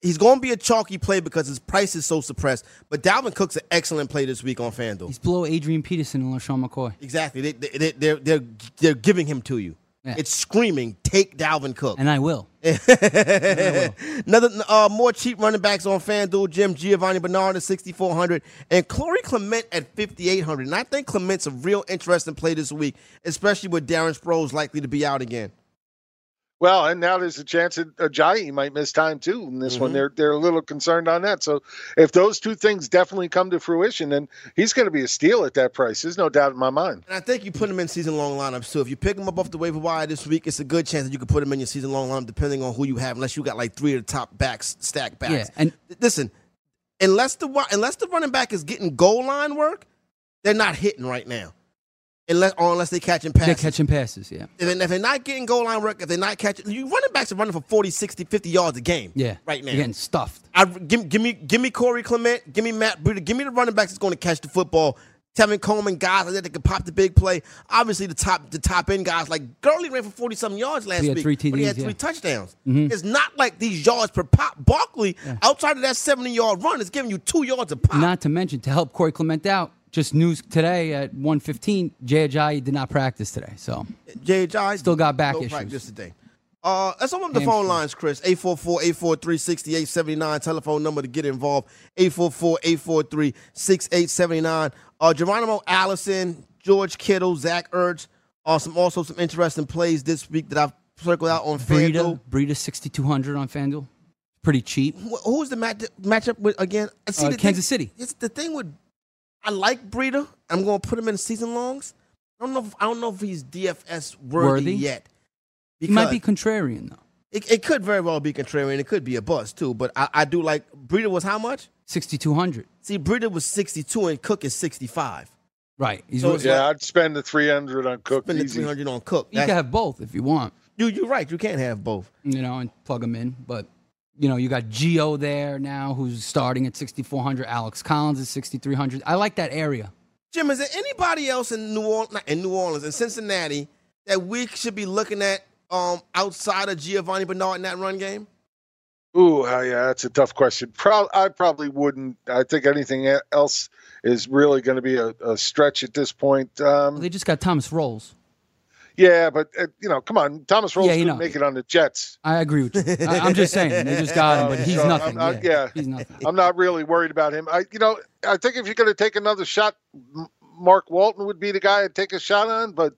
S3: he's going to be a chalky play because his price is so suppressed. But Dalvin Cook's an excellent play this week on FanDuel.
S4: He's below Adrian Peterson and LaShawn McCoy.
S3: exactly. They, they, they, they're they're they're giving him to you.
S4: Yeah.
S3: It's screaming, take Dalvin Cook.
S4: And I
S3: [laughs]
S4: will.
S3: Another uh, more cheap running backs on FanDuel. Jim Giovanni Bernard at 6,400 and Corey Clement at 5,800. And I think Clement's a real interesting play this week, especially with Darren Sproles likely to be out again.
S5: Well, and now there's a chance that Ajayi might miss time too in this
S3: Mm-hmm.
S5: one. They're they're a little concerned on that. So if those two things definitely come to fruition, then he's going to be a steal at that price. There's no doubt in my mind.
S3: And I think you put him in season long lineups too. If you pick him up off the waiver wire this week, it's a good chance that you could put him in your season long lineup, depending on who you have, unless you got like three of the top backs, stack backs.
S4: Yeah, and-
S3: Th- listen, unless the wi- unless the running back is getting goal line work, they're not hitting right now. Unless or unless they catching
S4: They're
S3: passes.
S4: catching passes. Yeah.
S3: if, they, if they're not getting goal line work, if they're not catching, you running backs are running for 40, 60, 50 yards a game.
S4: Yeah.
S3: right now.
S4: They're getting stuffed.
S3: I give, give me give me Corey Clement, give me Matt Breida, give me the running backs that's going to catch the football. Tevin Coleman, guys like that that can pop the big play. Obviously, the top the top end guys like Gurley ran for forty something yards last
S4: He had
S3: week,
S4: three
S3: but he had
S4: TDs,
S3: three
S4: yeah. Mm-hmm.
S3: touchdowns. It's not like these yards per pop. Barkley outside of that seventy yard run is giving you two yards a pop.
S4: Not to mention to help Corey Clement out. Just news today at 1:15. Jay Ajayi did not practice today, so
S3: Jay Jai
S4: Still got back
S3: no
S4: issues.
S3: practice today. Uh, let's open up the
S4: Hamstring.
S3: phone lines, Chris. 844-843-6879. Telephone number to get involved. 844-843-6879. Uh, Geronimo Allison, George Kittle, Zach Ertz. Uh, some, also some interesting plays this week that I've circled out on FanDuel.
S4: Breida, Breida 6,200 on FanDuel. Pretty cheap.
S3: Wh- Who's the match, matchup with again? I
S4: Uh,
S3: the
S4: Kansas
S3: thing-
S4: City.
S3: It's the thing with I like Breida. I'm going to put him in season longs. I don't know. If, I don't know if he's DFS worthy,
S4: Worthy?
S3: yet.
S4: He might be contrarian, though.
S3: It, it could very well be contrarian. It could be a bust too. But I, I do like Breida was how much?
S4: 6,200.
S3: See, Breida was 62 and Cook is 65.
S4: Right. He's,
S3: So-
S4: you
S5: Yeah, I'd spend the 300 on Cook.
S3: Spend the
S5: easy.
S3: 300 on Cook.
S4: can
S3: That's-
S4: have both if you want,
S3: you you're right. You can't have both.
S4: you know, and plug them in. But, you know, you got Geo there now who's starting at 6,400. Alex Collins is 6,300. I like that area.
S3: Jim, is there anybody else in New Orleans, in New Orleans, in Cincinnati, that we should be looking at um, outside of Giovanni Bernard in that run game?
S5: Ooh, uh, yeah, that's a tough question. Pro- I probably wouldn't. I think anything e- else is really going to be a, a stretch at this point. Um,
S4: They just got Thomas Rolls.
S5: yeah, but uh, you know, come on, Thomas Rolls
S4: Yeah, you
S5: couldn't
S4: know.
S5: make it on the Jets.
S4: I agree with you. I, am just saying. They
S3: [laughs]
S4: just
S5: [laughs]
S4: got him, but he's
S5: Oh, so I'm-
S4: nothing.
S5: I-
S4: yeah.
S5: yeah.
S4: He's nothing.
S5: I'm not really worried about him. I, you know, I think if you're going to take another shot, M- Mark Walton would be the guy I'd take a shot on. But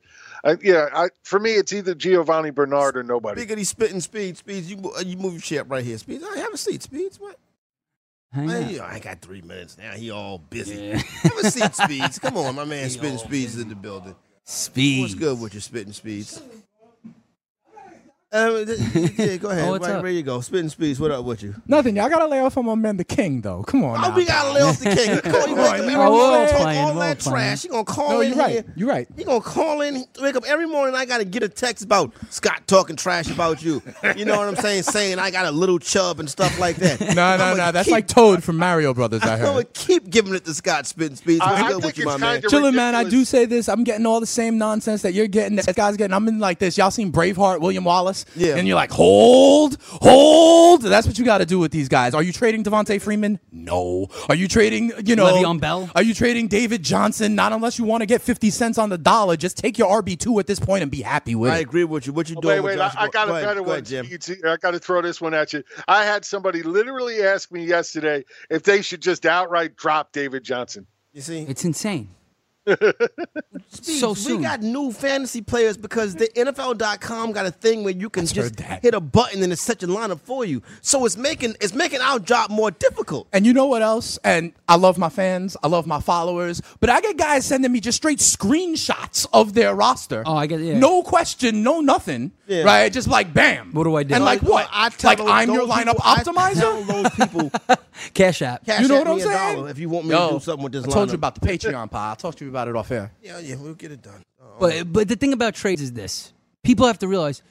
S5: I, yeah, I, for me, it's either Giovanni Bernard or nobody.
S3: Biggity spitting speed, speeds. You mo- uh, you move your shit right here, speeds. I have a seat, speeds. What?
S4: Hang
S3: Man,
S4: on.
S3: you- I got three minutes now. He all busy.
S4: Yeah.
S3: Have a seat, speeds. Come on,
S4: [laughs]
S3: my man. Spitting speeds is in the building.
S4: Speed.
S3: What's good with your spitting speeds? Um, th- yeah, go ahead.
S4: [laughs] Oh,
S3: right,
S4: what's up?
S3: there you go. Spitting speeds. What up with you?
S8: Nothing. Y'all gotta lay off on my man, the king, though. Come on.
S3: Oh,
S8: now.
S3: we gotta lay off the
S8: [laughs]
S3: king. Come
S8: Come on, Oh,
S3: on,
S8: you
S3: we
S8: know what I'm
S3: talk
S4: saying?
S3: all
S4: Role
S3: that
S4: playing.
S3: trash. You gonna call
S8: No,
S3: in
S8: you're right.
S3: here.
S8: You're right.
S3: You gonna call in, wake up every morning. I gotta get a text about Scott talking trash about you. You know what I'm saying? Saying I got a little chub and stuff like
S8: [laughs]
S3: that.
S8: [laughs] No, no, no. That's like Toad from Mario
S3: [laughs]
S8: Brothers. I
S3: I'm gonna
S8: heard.
S3: keep giving it to Scott spitting speeds. What's
S5: I- I
S3: good
S5: think
S3: with you,
S5: it's
S3: my man?
S5: kinda
S8: Chillin', man. I do
S5: ridiculous.
S8: say this. I'm getting all the same nonsense that you're getting. That this guy's getting. I'm in like this. Y'all seen Braveheart, William Wallace?
S3: Yeah.
S8: And you're like, hold, hold. That's what you got to do with these guys. Are you trading Devontae Freeman? No. Are you trading? You know,
S4: Le'Veon Bell?
S8: Are you trading David Johnson? Not unless you want to get 50 cents on the dollar. Just take your RB two at this point and be happy with
S3: I
S8: it.
S3: agree with you. What you
S5: Oh, Wait,
S3: doing?
S5: wait!
S3: with
S5: I,
S3: Josh?
S5: I got
S3: Go
S5: a
S3: ahead,
S5: better
S3: go
S5: one.
S3: ahead, Jim.
S5: You see- I got to throw this one at you. I had somebody literally ask me yesterday if they should just outright drop David Johnson. [laughs]
S3: You see,
S4: It's insane. so
S3: Speeds,
S4: soon.
S3: we got new fantasy players because the NFL.com got a thing where you can just
S8: heard that.
S3: hit a button and it's such a lineup for you. So it's making it's making our job more difficult.
S8: And you know what else? And I love my fans, I love my followers, but I get guys sending me just straight screenshots of their roster.
S4: Oh, I get- yeah.
S8: No question, no nothing.
S3: Yeah.
S8: Right? Just like bam.
S4: What do I do?
S8: And like
S3: Well,
S8: what?
S3: I tell
S8: like
S3: those-
S8: I'm your
S3: those
S8: lineup
S3: people- I tell
S8: optimizer.
S3: those
S8: [laughs]
S3: people,
S4: Cash app.
S3: cash
S8: You know
S3: at
S8: what I'm
S3: me a
S8: saying?
S3: dollar If you want me to do something with this
S8: I told
S3: lineup.
S8: you about the Patreon pie. I talked to you about it off air.
S3: Yeah, yeah, we'll get it done.
S8: Oh,
S3: Uh,
S4: But but the thing about trades is this: people have to realize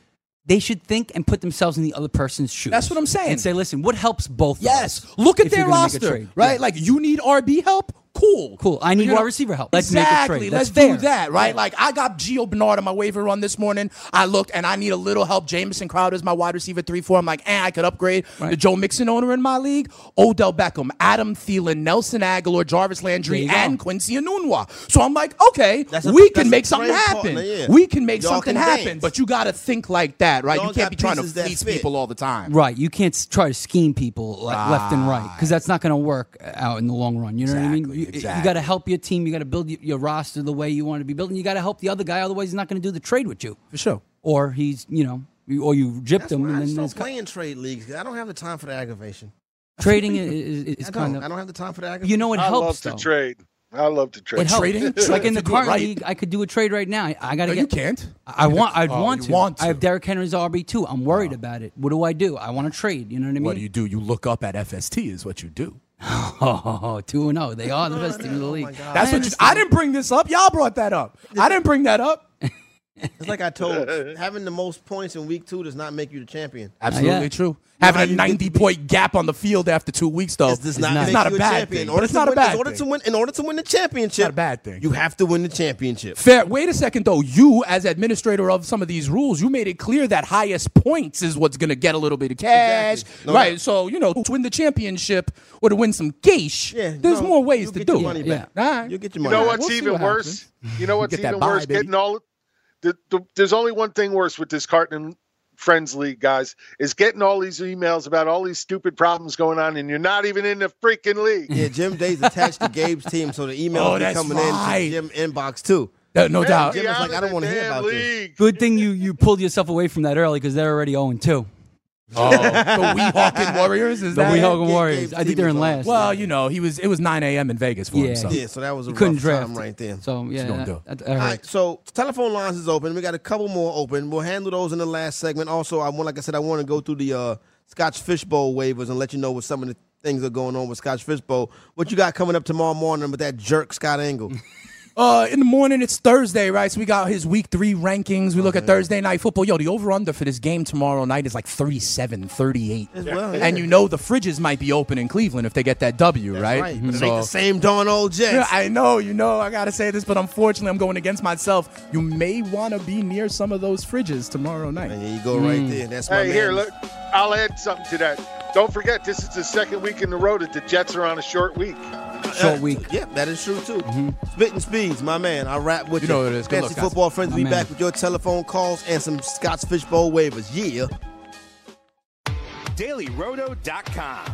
S4: they should think and put themselves in the other person's shoes.
S8: That's what I'm saying.
S4: And say, listen, what helps both?
S8: Yes.
S4: Of us
S8: Look at
S4: if
S8: their
S4: you're gonna make a
S8: roster,
S4: trade?
S8: right?
S4: Yeah.
S8: Like you need RB help. Cool.
S4: Cool. I need
S8: You
S4: wide
S8: know-
S4: receiver help. Let's make a
S8: Exactly.
S4: trade.
S8: Let's
S4: That's fair.
S8: do that, right? Like I got Gio Bernard on my waiver run this morning. I looked and I need a little help. Jamison Crowder's my wide receiver three four. I'm like, eh, I could upgrade
S4: Right.
S8: the Joe Mixon owner in my league. Odell Beckham, Adam Thielen, Nelson Aguilar, Jarvis
S4: There
S8: Landry,
S4: you go.
S8: and Quincy Anunwa. So I'm like, okay,
S3: That's a-
S8: we
S3: that's
S8: can make
S3: a
S8: something
S3: trade
S8: happen.
S3: partner, yeah.
S8: We can make
S3: Y'all
S8: something
S3: can
S8: happen.
S3: dance.
S8: But you gotta think like that, right?
S3: Y'all
S8: you can't
S3: got
S8: be trying to
S3: pieces that
S8: fleece
S3: fit.
S8: people all the time.
S4: Right. You can't s- try to scheme people le- left and right because that's not going to work uh, out in the long run. You know what I
S8: Exactly,
S4: mean? You,
S8: exactly.
S4: got to help your team. You got to build y- your roster the way you want to be built, and you got to help the other guy. Otherwise, he's not going to do the trade with you,
S8: For sure.
S4: or he's you know, you- or you gypped
S3: that's
S4: him,
S3: why I
S4: and then
S3: start
S4: it's co-
S3: playing trade leagues. 'cause I don't have the time for the aggravation. [laughs]
S4: trading i- i- is, is
S3: I don't.
S4: kind
S3: I
S4: of
S3: don't have the time for the aggravation.
S4: you know it
S5: I love
S4: helps
S5: to
S4: though.
S5: trade. I love to trade.
S4: It helps. [laughs]
S8: Trading?
S4: Like in
S8: Trading,
S4: the
S8: if you do it
S4: current
S8: right.
S4: league, I could do a trade right now. I, I got to
S8: No,
S4: get.
S8: you can't.
S4: I want. I'd
S8: Oh,
S4: want,
S8: you
S4: to.
S8: want
S4: I have
S8: to.
S4: Derrick Henry's RB two. I'm worried about it. What do I do? I want to trade. You know what I mean?
S8: What do you do? You look up at FST is what you do.
S4: Oh, [laughs] two and oh. They are the best team in the league.
S8: That's what you, I didn't bring this up. Y'all brought that up. I didn't bring that up.
S3: [laughs] It's like I told.
S5: [laughs]
S3: having the most points in week two does not make you the champion.
S8: Absolutely
S4: yet.
S8: true.
S3: how
S8: Having
S3: you
S8: a
S3: get to
S8: 90 point gap on the field after two weeks, though,
S3: It does not
S8: it's
S3: make
S8: not a
S3: you
S8: bad
S3: champion.
S8: thing.
S3: In
S8: But
S3: order
S8: it's
S3: to
S8: not a
S3: win-
S8: bad
S3: in order to
S8: thing.
S3: win, in order to win the championship,
S8: Not a bad thing.
S3: You have to win the championship. [laughs]
S8: Fair. Wait a second, though. You, as administrator of some of these rules, you made it clear that highest points is what's going to get a little bit of cash.
S3: Exactly. No
S8: right.
S3: doubt.
S8: So, you know, to win the championship or to win some quiche,
S3: Yeah,
S8: there's
S3: no,
S8: more ways
S3: you'll
S8: to
S3: get
S8: do
S3: your money
S8: it.
S3: back.
S8: Yeah. All right.
S3: You'll get your
S5: You
S3: money.
S5: know what's
S3: back.
S8: We'll see
S5: even
S8: what
S5: worse?
S8: happens.
S5: You know what's
S8: Get that
S5: even
S8: bye,
S5: worse?
S8: baby.
S5: Getting all the, the, there's only one thing worse with this cart and friends league guys is getting all these emails about all these stupid problems going on, and you're not even in the freaking league.
S3: Yeah, Jim
S5: [laughs]
S3: Day's attached to Gabe's team, so the emails
S8: Oh,
S3: be
S8: that's
S3: coming
S8: right.
S3: in to Jim inbox too.
S8: No, no doubt.
S3: Jim
S5: Get
S3: was
S5: out
S3: like,
S5: of
S3: I don't
S5: the
S3: wanna hear
S5: damn
S3: about this.
S5: league.
S4: Good thing you you pulled yourself away from that early because they're already 0 2.
S8: Oh, [laughs] the Wee Hawking Warriors is
S4: [laughs] The
S8: that? it?
S4: Weehawken
S3: Gabe
S4: Warriors. I think they're in
S3: Stevens on-
S4: last.
S8: Well, you know, he was. It was 9 a.m. in Vegas for
S4: Yeah.
S8: him. So.
S3: Yeah, so that was a
S4: you
S3: rough
S4: couldn't draft.
S3: time right there.
S4: So, yeah.
S8: gonna
S4: that-
S8: do?
S4: that- that
S3: All
S4: hurts.
S3: right, so telephone lines is open. We got a couple more open. We'll handle those in the last segment. Also, I want, like I said, I want to go through the uh, Scotch Fishbowl waivers and let you know what some of the things are going on with Scotch Fishbowl. What you got coming up tomorrow morning with that jerk Scott Angle?
S8: Uh, in the morning, it's Thursday, right? So we got his week three rankings. We look at Thursday night football. Yo, the over under for this game tomorrow night is like 37, 38.
S3: well,
S8: And you know the fridges might be open in Cleveland if they get that W, right?
S3: right, but it ain't the same darn old
S8: Yeah,
S3: Jets.
S8: I know, you know, I gotta say this, but unfortunately, I'm going against myself. You may want to be near some of those fridges tomorrow night. Hmm.
S3: there you go,
S8: Mm.
S3: right there. That's my
S5: Hey, here,
S3: man.
S5: look, I'll add something to that. Don't forget, this is the second week in a row that the Jets are on a short week.
S4: [laughs] Short week. Mm-hmm.
S3: Yeah, that is true too. Spitting speeds, my man. I rap with you.
S8: You know what it is. Good
S3: Fancy
S8: luck, guys.
S3: football friends.
S4: My
S3: be
S4: man.
S3: back with your telephone calls and some Scotch Fishbowl waivers. Yeah.
S2: DailyRoto.com.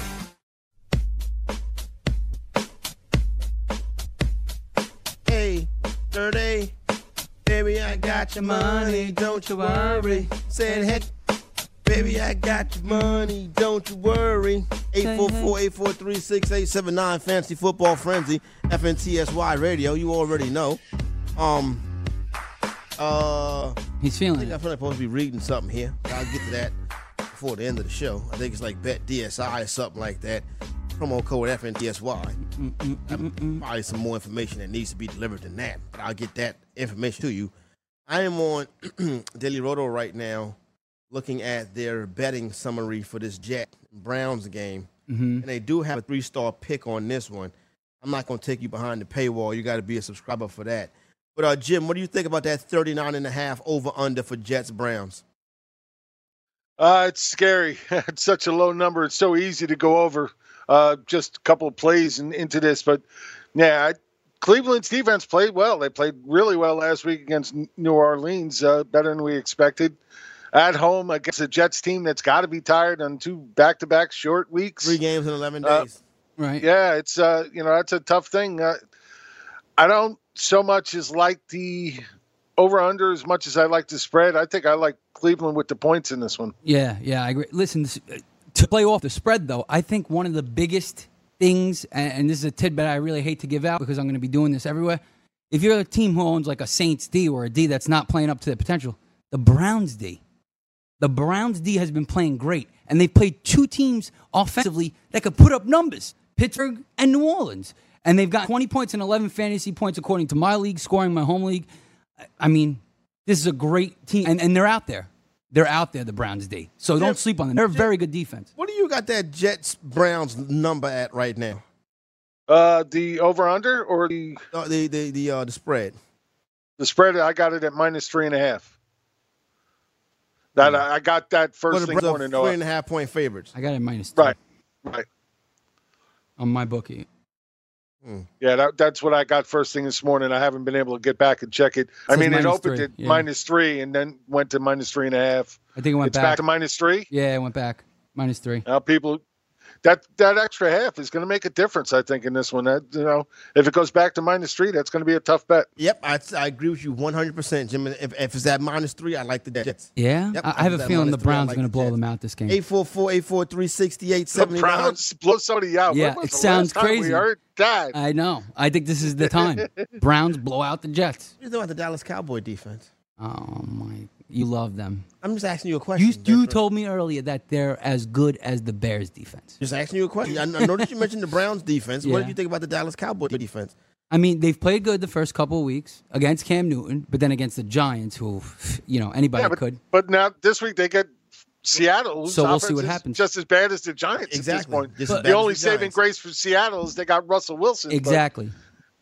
S3: Hey, dirty. Baby, I got your money, don't you worry. Said heck, baby, I got your money, don't you worry. 844-843-6879, Fancy Football Frenzy, FNTSY Radio, you already know. Um, uh, I
S4: He's feeling
S3: think I'm
S4: it.
S3: supposed to be reading something here. I'll get to that before the end of the show. I think it's like Bet DSI or something like that. Promo code FNTSY probably some more information that needs to be delivered than that. But I'll get that information to you. I am on [clears throat] Daily Roto right now, looking at their betting summary for this Jet Browns game, and they do have a three-star pick on this one. I'm not going to take you behind the paywall. You got to be a subscriber for that. But uh, Jim, what do you think about that 39 and a half over under for Jets Browns?
S5: Uh, it's scary. [laughs] it's such a low number. It's so easy to go over uh, just a couple of plays and into this. But yeah, I, Cleveland's defense played well. They played really well last week against N- New Orleans, uh, better than we expected. At home against a Jets team that's got to be tired on two back to back short weeks.
S3: Three games in 11
S5: Uh,
S3: days.
S4: Right.
S5: Yeah, it's uh, you know that's a tough thing. Uh, I don't so much as like the over under as much as I like the spread. I think I like Cleveland with the points in this one.
S4: Yeah, yeah, I agree. Listen, this, uh, to play off the spread, though, I think one of the biggest things, and, and this is a tidbit I really hate to give out because I'm going to be doing this everywhere. If you're a team who owns like a Saints D or a D that's not playing up to their potential, the Browns D, the Browns D has been playing great, and they've played two teams offensively that could put up numbers Pittsburgh and New Orleans. And they've got 20 points and 11 fantasy points according to my league, scoring my home league. I- I mean, this is a great team, and, and they're out there. They're out there, the Browns D. So don't sleep on them. They're a very good defense.
S3: What do you got that Jets Browns number at right now?
S5: Uh, the over under or the
S3: Uh, the the the uh, the spread.
S5: the spread? I got it at minus three and a half. That I I got that
S3: For
S5: first
S3: Hmm. the
S5: thing I want to
S3: Browns,
S5: know.
S3: three and a half point favorites.
S4: I got it minus three
S5: Right, right.
S4: on my bookie.
S5: Yeah, that, that's what I got first thing this morning. I haven't been able to get back and check it. I
S4: Says
S5: mean, it
S4: minus
S5: opened
S4: three,
S5: at
S4: yeah.
S5: minus three and then went to minus three and a half.
S4: I think it went
S5: it's back.
S4: back.
S5: to minus three.
S4: yeah, it went back. Minus three.
S5: Now people, that that extra half is going to make a difference. I think in this one, that you know, if it goes back to minus three, that's going to be a tough bet.
S3: Yep, I, I agree with you 100%, Jim. If, if it's at minus three, I like the Jets.
S4: Yeah?
S3: Yep,
S4: I, I have
S3: that
S4: a feeling the
S3: minus three, I
S4: Browns
S3: like
S4: are going to
S3: the
S4: blow
S3: Jets.
S4: them out this game.
S3: 844 843
S5: The
S3: 6879.
S5: Browns blow somebody out.
S4: Yeah,
S5: When was
S4: it
S5: the
S4: sounds
S5: last time We
S4: crazy.
S5: heard that.
S4: I know. I think this is the
S5: [laughs]
S4: time. Browns blow out the Jets.
S3: What do you know about the Dallas Cowboy defense?
S4: Oh, my. You love them.
S3: I'm just asking you a question.
S4: You, you
S3: Jeffrey.
S4: told me earlier that they're as good as the Bears defense.
S3: Just asking you a question. I
S4: [laughs]
S3: I noticed you mentioned the Browns defense. What
S4: Yeah.
S3: did you think about the Dallas Cowboy defense?
S4: I mean, they've played good the first couple of weeks against Cam Newton, but then against the Giants, who, you know, anybody
S5: yeah, but,
S4: could.
S5: but now this week they get Seattle's
S4: So we'll see
S5: offense
S4: what
S5: is
S4: happens.
S5: Just as bad as the Giants at this
S3: Exactly.
S5: point.
S3: Just as bad
S5: the
S3: as
S5: only
S3: the
S5: saving
S3: Giants.
S5: grace for Seattle is they got Russell Wilson. but-
S4: Exactly.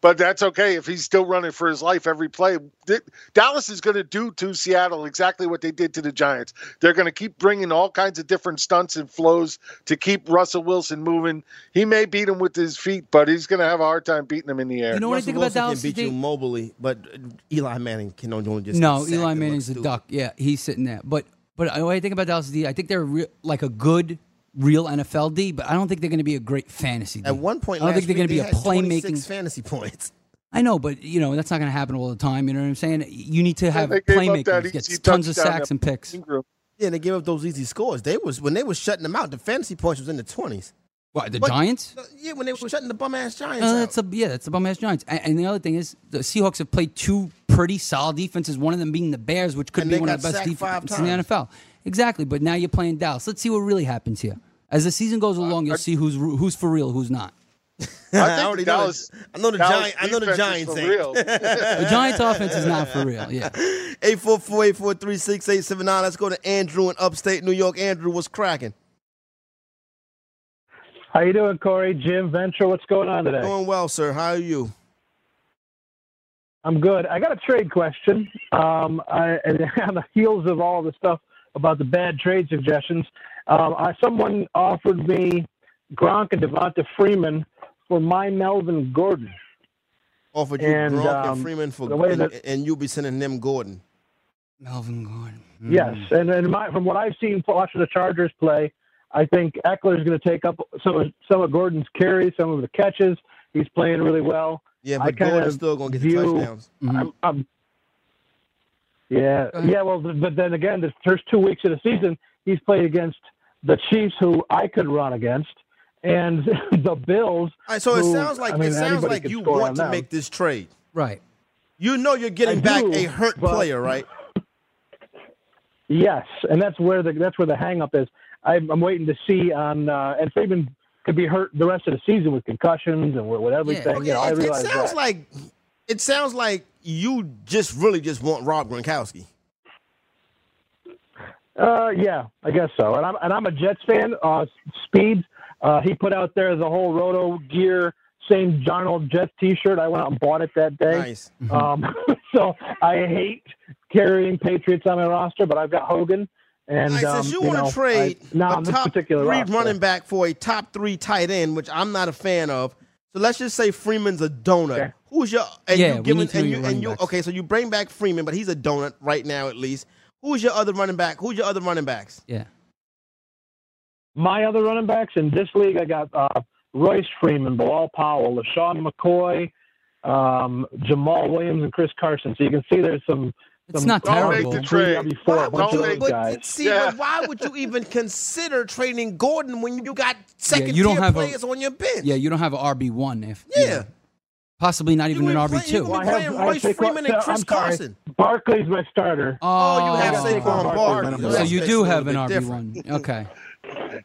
S5: But, that's okay if he's still running for his life every play. Th- Dallas is going to do to Seattle exactly what they did to the Giants. They're going to keep bringing all kinds of different stunts and flows to keep Russell Wilson moving. He may beat him with his feet, but he's going to have a hard time beating him in the air.
S4: You know what I
S3: Russell
S4: think about
S3: Wilson
S4: Dallas?
S3: can beat you
S4: today?
S3: mobily, but Eli Manning can only just
S4: No,
S3: get sacked
S4: Eli
S3: and look
S4: Manning's a
S3: stupid.
S4: duck. Yeah, he's sitting there. But but I- what I think about Dallas D, I think they're re- like a good real NFL D, but I don't think they're going to be a great fantasy. D.
S3: At one point,
S4: I don't
S3: last
S4: think they're going
S3: week,
S4: to be
S3: they
S4: a
S3: had 26
S4: playmaking.
S3: fantasy points.
S4: I know, but you know that's not going to happen all the time. You know what I'm saying? You need to have
S5: they gave up that
S4: playmakers, get
S5: easy
S4: tons of
S5: touchdown
S4: sacks
S5: to
S4: and picks.
S5: Ingram.
S3: Yeah, and they gave up those easy scores. They was when they was shutting them out. The fantasy points was in the 20s.
S4: What the
S3: But-
S4: Giants?
S3: Yeah, when they were shutting the bum ass Giants
S4: Uh,
S3: out.
S4: that's a yeah, that's the bum ass Giants. And, and the other thing is, the Seahawks have played two pretty solid defenses. One of them being the Bears, which could
S3: And
S4: be
S3: they
S4: one
S3: got
S4: of the best
S3: sacked five
S4: defenses in the
S3: times.
S4: NFL. Exactly. But now you're playing Dallas. Let's see what really happens here. As the season
S3: Uh,
S4: goes along, you'll see who's ru- who's for real, who's
S3: [laughs]
S4: not.
S5: I think
S3: already
S5: the
S3: know the-
S5: Dallas.
S3: I know the
S5: Dallas
S3: Giant- I know the
S5: defense is
S3: Giants
S5: for
S3: ain't. [laughs]
S5: real.
S4: The Giants' offense is not for real. Yeah.
S3: 844-843-6879. Let's go to Andrew in upstate New York. Andrew, what's cracking?
S9: How you doing, Corey? Jim, Venture, what's going on today?
S3: Doing well, sir. How are you?
S9: I'm good. I got a trade question. Um, I, and [laughs] on the heels of all the stuff about the bad trade suggestions, um, I, someone offered me Gronk and Devonta Freeman for my Melvin Gordon.
S3: Offered you
S9: And,
S3: Gronk and
S9: um,
S3: Freeman for
S9: the way
S3: and,
S9: that-
S3: and you'll be sending them Gordon.
S4: Melvin Gordon.
S9: Yes,
S3: Mm.
S9: and and my, from what I've seen watching the Chargers play, I think Eckler's going to take up some of, some of Gordon's carries, some of the catches. He's playing really well.
S3: Yeah,
S9: I
S3: but
S9: kinda
S3: Gordon's still gonna get the
S9: view-
S3: touchdowns.
S9: I'm, I'm, yeah, yeah. Well, th- but then again, the first two weeks of the season, he's played against the Chiefs, who I could run against, and [laughs] the Bills.
S3: All right, so it
S9: who-
S3: sounds like
S9: I mean,
S3: it sounds
S9: anybody
S3: like
S9: could
S3: you
S9: score on
S3: want to
S9: them.
S3: make this trade.
S4: Right.
S3: You know you're getting
S9: I
S3: back
S9: do,
S3: a hurt
S9: but-
S3: player,
S9: [laughs]
S3: right?
S9: Yes, and that's where the that's where the hang up is. I'm, I'm waiting to see on uh, and Freeman could be hurt the rest of the season with concussions and wh- whatever.
S4: Yeah.
S9: Yeah, you know, I
S3: it, it
S9: realize
S3: sounds
S9: that.
S3: like it sounds like you just really just want Rob Gronkowski.
S9: Uh, yeah, I guess so. And I'm and I'm a Jets fan. Uh, Speed, uh, he put out there the whole Roto Gear St. Donald Jets T-shirt. I went out and bought it that day.
S3: Nice.
S9: Um, [laughs] so I hate carrying Patriots on my roster, but I've got Hogan. And
S3: All right,
S9: um,
S3: since you,
S9: you
S3: want
S9: know,
S3: to trade
S9: I, not on
S3: a
S9: this
S3: top three
S9: particular roster.
S3: running back for a top three tight end, which I'm not a fan of, so let's just say Freeman's a donut.
S9: Okay.
S3: Who's your and
S4: Yeah,
S3: you
S4: we
S3: giving
S4: need three
S3: and you
S4: running
S3: and you
S4: backs.
S3: okay? So you bring back Freeman, but he's a donut right now at least. Who's your other running back? Who's your other running backs?
S4: Yeah.
S9: My other running backs in this league, I got uh, Royce Freeman, Bilal Powell, LaShawn McCoy, um, Jamal Williams, and Chris Carson. So you can see there's some.
S4: It's
S9: some
S4: not
S5: Don't make
S4: terrible.
S5: the
S9: Three
S5: trade.
S9: RB four, a
S5: Don't
S9: bunch of
S5: make-
S3: but
S9: those guys.
S3: see,
S5: Yeah.
S3: but why would you even consider trading Gordon when you got
S4: Yeah,
S3: second
S4: you don't
S3: tier
S4: have a-
S3: players on your bench?
S4: Yeah, you don't have an RB one if
S3: Yeah.
S4: Possibly not even
S3: You
S4: an
S3: ain't
S4: RB two.
S3: playing- you We're
S9: I have,
S3: playing
S9: I have
S3: Royce
S9: Saquon-
S3: Freeman and
S9: I'm
S3: Chris
S9: sorry.
S3: Carson.
S9: Barkley's my starter.
S3: Oh, you have
S9: yeah.
S3: Saquon
S9: Saquon
S3: Barkley.
S9: Barkley.
S4: So
S3: That's-
S4: you
S3: that's
S4: do
S3: a
S4: have an
S3: little bit
S4: RB
S3: different.
S4: one. Okay.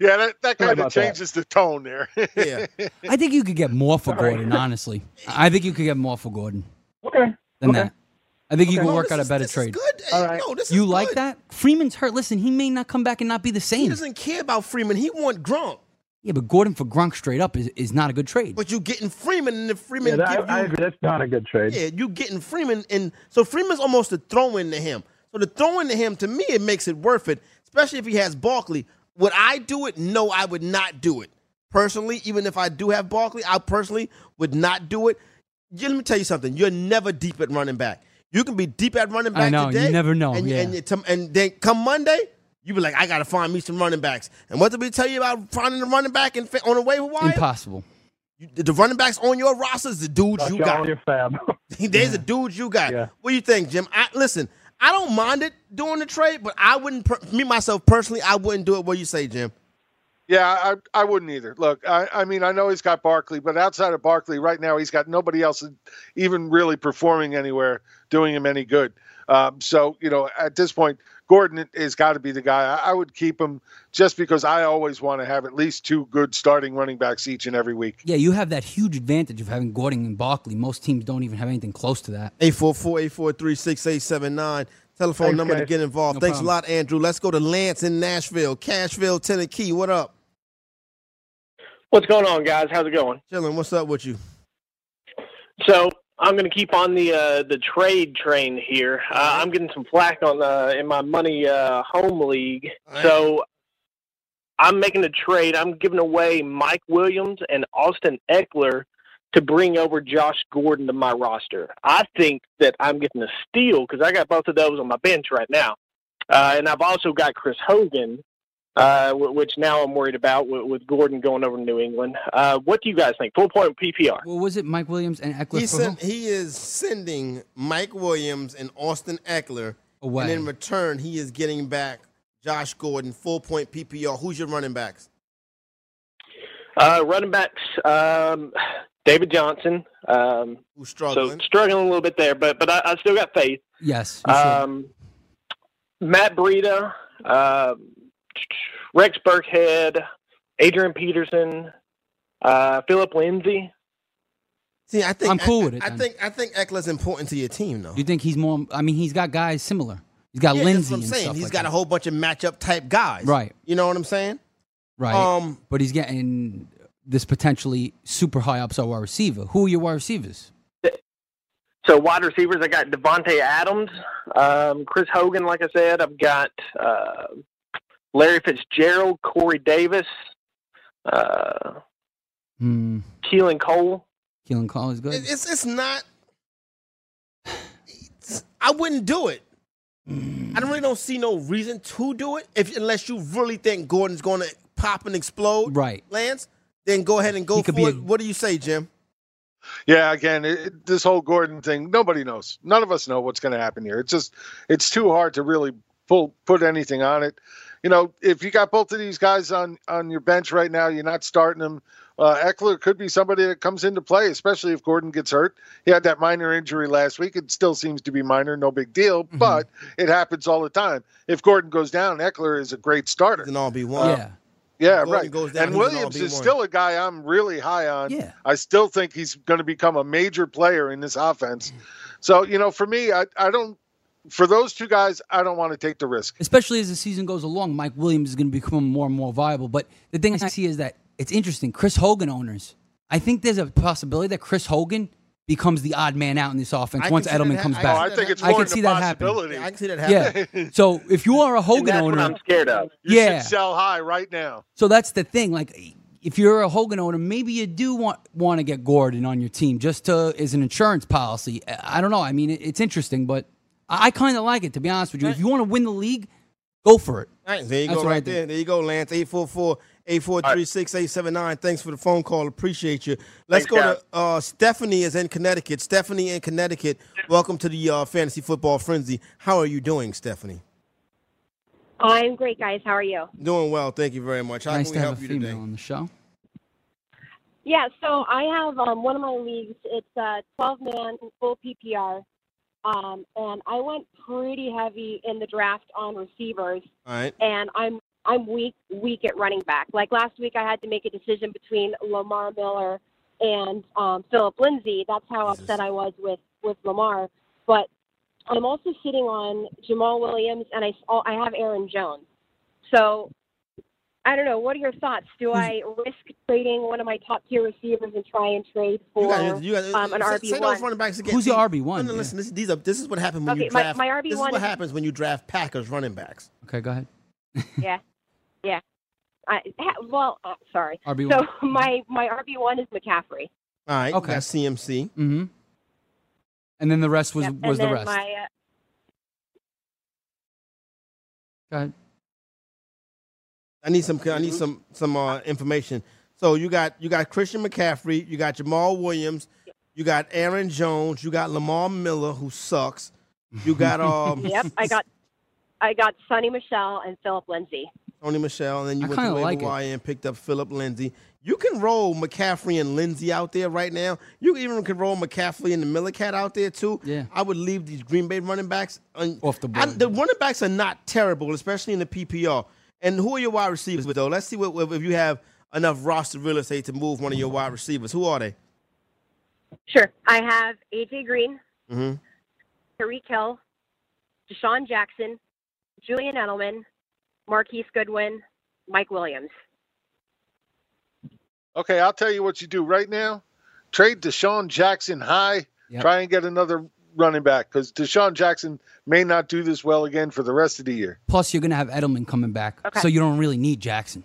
S5: Yeah, that, that kind of
S9: about that.
S5: changes the tone there.
S3: Yeah.
S5: [laughs]
S4: I think you could get more for Gordon, honestly. I think you could get more for Gordon
S9: Okay.
S4: than
S9: okay.
S4: that. I think you
S9: Okay.
S4: can
S3: No,
S4: work
S3: this
S4: out a
S3: is-
S4: better
S3: this is
S4: trade.
S3: good.
S9: All right.
S3: No, this is
S4: You like
S3: good.
S4: that? Freeman's hurt. Listen, he may not come back and not be the
S3: He
S4: same.
S3: doesn't care about Freeman. He want Gronk,
S4: Yeah, but Gordon for Gronk straight up is, is not a good trade.
S3: but you getting Freeman, and if
S9: Yeah,
S3: Freeman
S9: that,
S3: give
S9: I, I
S3: you,
S9: agree. That's not a good trade.
S3: yeah, you getting Freeman, and so Freeman's almost a throw in to him. So the throw in to him, to me, it makes it worth it, especially if he has Barkley. Would I do it? No, I would not do it personally. Even if I do have Barkley, I personally would not do it. Yeah, let me tell you something. You're never deep at running back. You can be deep at running back
S4: I know, you
S3: today.
S4: never know,
S3: And,
S4: yeah.
S3: and, it- and then come Monday, you be like, I gotta find me some running backs. And what did we tell you about finding a running back and on a waiver wire?
S4: Impossible.
S3: You- the running backs on your roster is the dudes
S9: That's
S3: you
S9: all
S3: got.
S9: your fab.
S3: [laughs] There's the dudes you got.
S9: Yeah.
S3: What do you think, Jim? I listen. I don't mind it doing the trade, but I wouldn't. Per- me myself personally, I wouldn't do it. What do you say, Jim?
S5: Yeah, I, I wouldn't either. Look, I, I mean, I know he's got Barkley, but outside of Barkley, right now he's got nobody else even really performing anywhere, doing him any good. Um, so, you know, at this point, Gordon has got to be the guy. I, I would keep him just because I always want to have at least two good starting running backs each and every week.
S4: Yeah, you have that huge advantage of having Gordon and Barkley. Most teams don't even have anything close to that.
S3: 844-843-6879. Telephone
S9: Thanks,
S3: number to
S9: guys.
S3: get involved.
S9: No
S3: Thanks
S9: problem.
S3: a lot, Andrew. Let's go to Lance in Nashville, Cashville, Tennessee. What up?
S10: What's going on, guys? How's it going?
S3: Chillin'. What's up with you?
S10: So I'm going to keep on the uh, the trade train here. Uh, I'm getting some flack on uh, in my money uh, home league. So I'm making a trade. I'm giving away Mike Williams and Austin Eckler to bring over Josh Gordon to my roster. I think that I'm getting a steal because I got both of those on my bench right now, uh, and I've also got Chris Hogan. Uh, wh- which now I'm worried about with, with Gordon going over to New England. Uh, what do you guys think? Full point PPR.
S4: Well, was it Mike Williams and Eckler?
S3: He
S4: for
S3: sent,
S4: who?
S3: he is sending Mike Williams and Austin Eckler
S4: Away.
S3: and in return he is getting back Josh Gordon, full point PPR. Who's your running backs?
S10: Uh, running backs, um, David Johnson. Um,
S3: Who's struggling?
S10: So struggling a little bit there, but but I, I still got faith.
S4: Yes. you
S3: Uh,
S4: should.
S10: Um, Matt Breida, uh, Rex Burkhead, Adrian Peterson, uh, Philip Lindsay.
S3: See, I think
S4: I'm cool
S3: I,
S4: with it,
S3: I
S4: then.
S3: think I think Eckler's important to your team though.
S4: you think he's more? I mean, he's got guys similar. He's got
S3: Yeah, that's
S4: Lindsey
S3: what I'm
S4: and
S3: saying.
S4: stuff
S3: He's
S4: like
S3: got
S4: that.
S3: a whole bunch of matchup type guys.
S4: Right.
S3: You know what I'm saying?
S4: right.
S3: um,
S4: but he's getting this potentially super high upside wide receiver. Who are your wide receivers?
S10: So wide receivers, I got Devonte Adams, um, Chris Hogan. Like I said, I've got uh, Larry Fitzgerald, Corey Davis, uh,
S4: Hmm.
S10: Keelan Cole.
S4: Keelan Cole is good.
S3: It- It's it's not. it's- I wouldn't do it. I don't really don't see no reason to do it if unless you really think Gordon's going to pop and explode.
S4: Right.
S3: Lance, then go ahead and go
S4: He
S3: for
S4: could be
S3: it.
S4: a-
S3: what do you say, Jim?
S5: Yeah, again, it, it- this whole Gordon thing, nobody knows. None of us know what's going to happen here. It's just, it's too hard to really pull put anything on it. You know, if you got both of these guys on on your bench right now, you're not starting them. Uh, Eckler could be somebody that comes into play, especially if Gordon gets hurt. He had that minor injury last week. It still seems to be minor, no big deal, but it happens all the time. If Gordon goes down, Eckler is a great starter.
S3: An all be one.
S4: yeah.
S5: Yeah,
S3: Gordon
S5: right.
S3: goes down,
S5: and
S3: he's an
S5: Williams is
S3: RB1.
S5: still a guy I'm really high on.
S4: Yeah.
S5: I still think he's going to become a major player in this offense.
S3: Mm.
S5: So, you know, for me, I, I don't, for those two guys, I don't want to take the risk.
S4: especially as the season goes along, Mike Williams is going to become more and more viable. But the thing I see is that it's interesting. Chris Hogan owners, I think there's a possibility that Chris Hogan becomes the odd man out in this offense
S3: I
S4: once
S3: can see that
S4: Edelman
S3: hap-
S4: comes
S3: I
S5: Oh,
S4: back.
S3: can
S5: I think it's
S4: I
S5: more
S4: can
S5: than
S4: see
S5: a
S4: that happening.
S5: possibility.
S3: I can see that happen.
S5: [laughs]
S4: Yeah. So if you are a
S10: And
S4: Hogan
S10: that's what
S4: owner,
S10: I'm scared of.
S5: You
S4: yeah.
S5: should sell high right now.
S4: So that's the thing. Like, if you're a Hogan owner, maybe you do want want to get Gordon on your team just to as an insurance policy. I I don't know. I mean, it, it's interesting, but I, I kind of like it to be honest with you. If you want to win the league, go for it.
S3: All right, there you
S4: That's
S3: go,
S4: what I
S3: right
S4: think.
S3: there. There you go, Lance. 844 843 6879. Thanks for the phone call. Appreciate you. Let's
S10: Thanks,
S3: go to uh, Stephanie, is in Connecticut. Stephanie in Connecticut, welcome to the uh, Fantasy Football Frenzy. How are you doing, Stephanie?
S11: I'm great, guys. How are you?
S3: Doing well. Thank you very much. How
S4: nice
S3: can
S4: to
S3: we
S4: have a
S3: help you
S4: female
S3: today?
S4: on the show.
S11: Yeah, so I have um, one of my leagues. It's a 12 man full PPR. Um, and I went pretty heavy in the draft on receivers,
S3: All right.
S11: and I'm I'm weak weak at running back. Like last week, I had to make a decision between Lamar Miller and um, Philip Lindsay. That's how
S3: Jesus.
S11: upset I was with with Lamar. But I'm also sitting on Jamal Williams, and I s- oh, I have Aaron Jones. So I don't know. What are your thoughts? Do I risk trading one of my top tier receivers and try and trade for
S3: You got, you got,
S11: um, an
S3: say,
S11: RB
S3: say those
S11: one?
S3: running backs again.
S4: Who's your
S3: See,
S4: RB1?
S3: No, no,
S4: Yeah.
S3: listen, this, these are, this is what happens when
S11: Okay,
S3: you
S11: my-
S3: draft.
S11: my
S3: this
S11: RB1
S3: is what
S11: is-
S3: happens when you draft Packers running backs.
S4: Okay, go ahead.
S11: [laughs] Yeah, yeah. I, ha- well, uh, sorry.
S4: RB1.
S11: So [laughs] my my RB one is McCaffrey.
S3: All right.
S4: Okay.
S3: Okay. That's CMC.
S4: Mm-hmm. And then the rest was
S11: Yep.
S4: was
S11: and then
S4: the rest.
S11: My, uh,
S4: Go ahead.
S3: I need some. I need some some uh, information. So you got you got Christian McCaffrey, you got Jamal Williams, you got Aaron Jones, you got Lamar Miller who sucks.
S11: [laughs]
S3: You got um
S11: yep,
S3: [laughs]
S11: I got I got Sonny Michelle and Philip Lindsay.
S3: Tony Michelle, and then you
S4: I
S3: went to
S4: kinda
S3: waiver
S4: like it.
S3: wire and picked up Philip Lindsay. You can roll McCaffrey and Lindsay out there right now. You even can roll McCaffrey and the Miller Cat out there too.
S4: Yeah.
S3: I would leave these Green Bay running backs un-
S4: Off the
S3: I-
S4: board.
S3: the running backs are not terrible, especially in the PPR. And who are your wide receivers with though? Let's see what, if you have enough roster real estate to move one of your wide receivers. Who are they?
S11: Sure, I have AJ Green,
S3: Mhm.
S11: Tariq Hill, Deshaun Jackson, Julian Edelman, Marquise Goodwin, Mike Williams.
S5: Okay, I'll tell you what you do right now. Trade Deshaun Jackson high. Try and get another running back because Deshaun Jackson may not do this well again for the rest of the year.
S4: Plus, you're going to have Edelman coming back, so you don't really need Jackson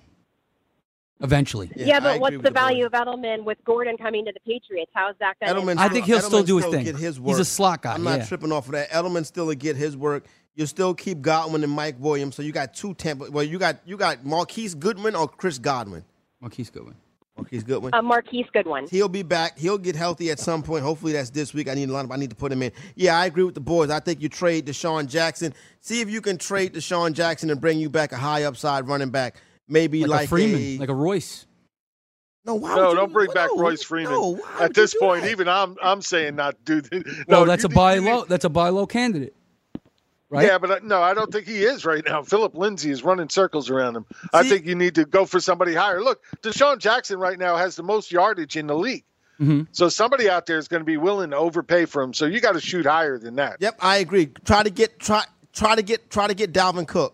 S4: eventually.
S11: Yeah, but what's the value of Edelman with Gordon coming to the Patriots? How's that going?
S3: Edelman's
S4: I think he'll still do his thing.
S3: Get his
S4: He's
S3: work.
S4: a slot guy,
S3: I'm not
S4: yeah.
S3: tripping off of that. Edelman still will get his work. You still keep Godwin and Mike Williams, so you got two Tampa. Well, you got you got Marquise Goodwin or Chris Godwin.
S4: Marquise Goodwin.
S3: Marquise Goodwin.
S11: Uh, Marquise Goodwin.
S3: He'll be back. He'll get healthy at some point. Hopefully that's this week. I need a lineup. I need to put him in. Yeah, I agree with the boys. I think you trade Deshaun Jackson. See if you can trade Deshaun Jackson and bring you back a high upside running back. Maybe
S4: Like,
S3: like,
S4: a Freeman, like a Royce.
S3: No, why
S5: no,
S3: would you
S5: don't bring back
S3: no,
S5: Royce Freeman.
S3: no, why would
S5: At
S3: you
S5: this
S3: do
S5: point,
S3: that?
S5: even I'm I'm saying not
S4: [laughs]
S5: do this.
S4: No,
S5: No,
S4: that's
S5: you
S4: a buy low. That's a buy low candidate. right?
S5: Yeah, but uh, no, I don't think he is right now. Philip Lindsay is running circles around him. I think you need to go for somebody higher. Look, Deshaun Jackson right now has the most yardage in the league.
S4: Mm-hmm.
S5: So somebody out there is going to be willing to overpay for him. So you got to shoot higher than that.
S3: Yep, I agree. Try to get try try to get try to get Dalvin Cook.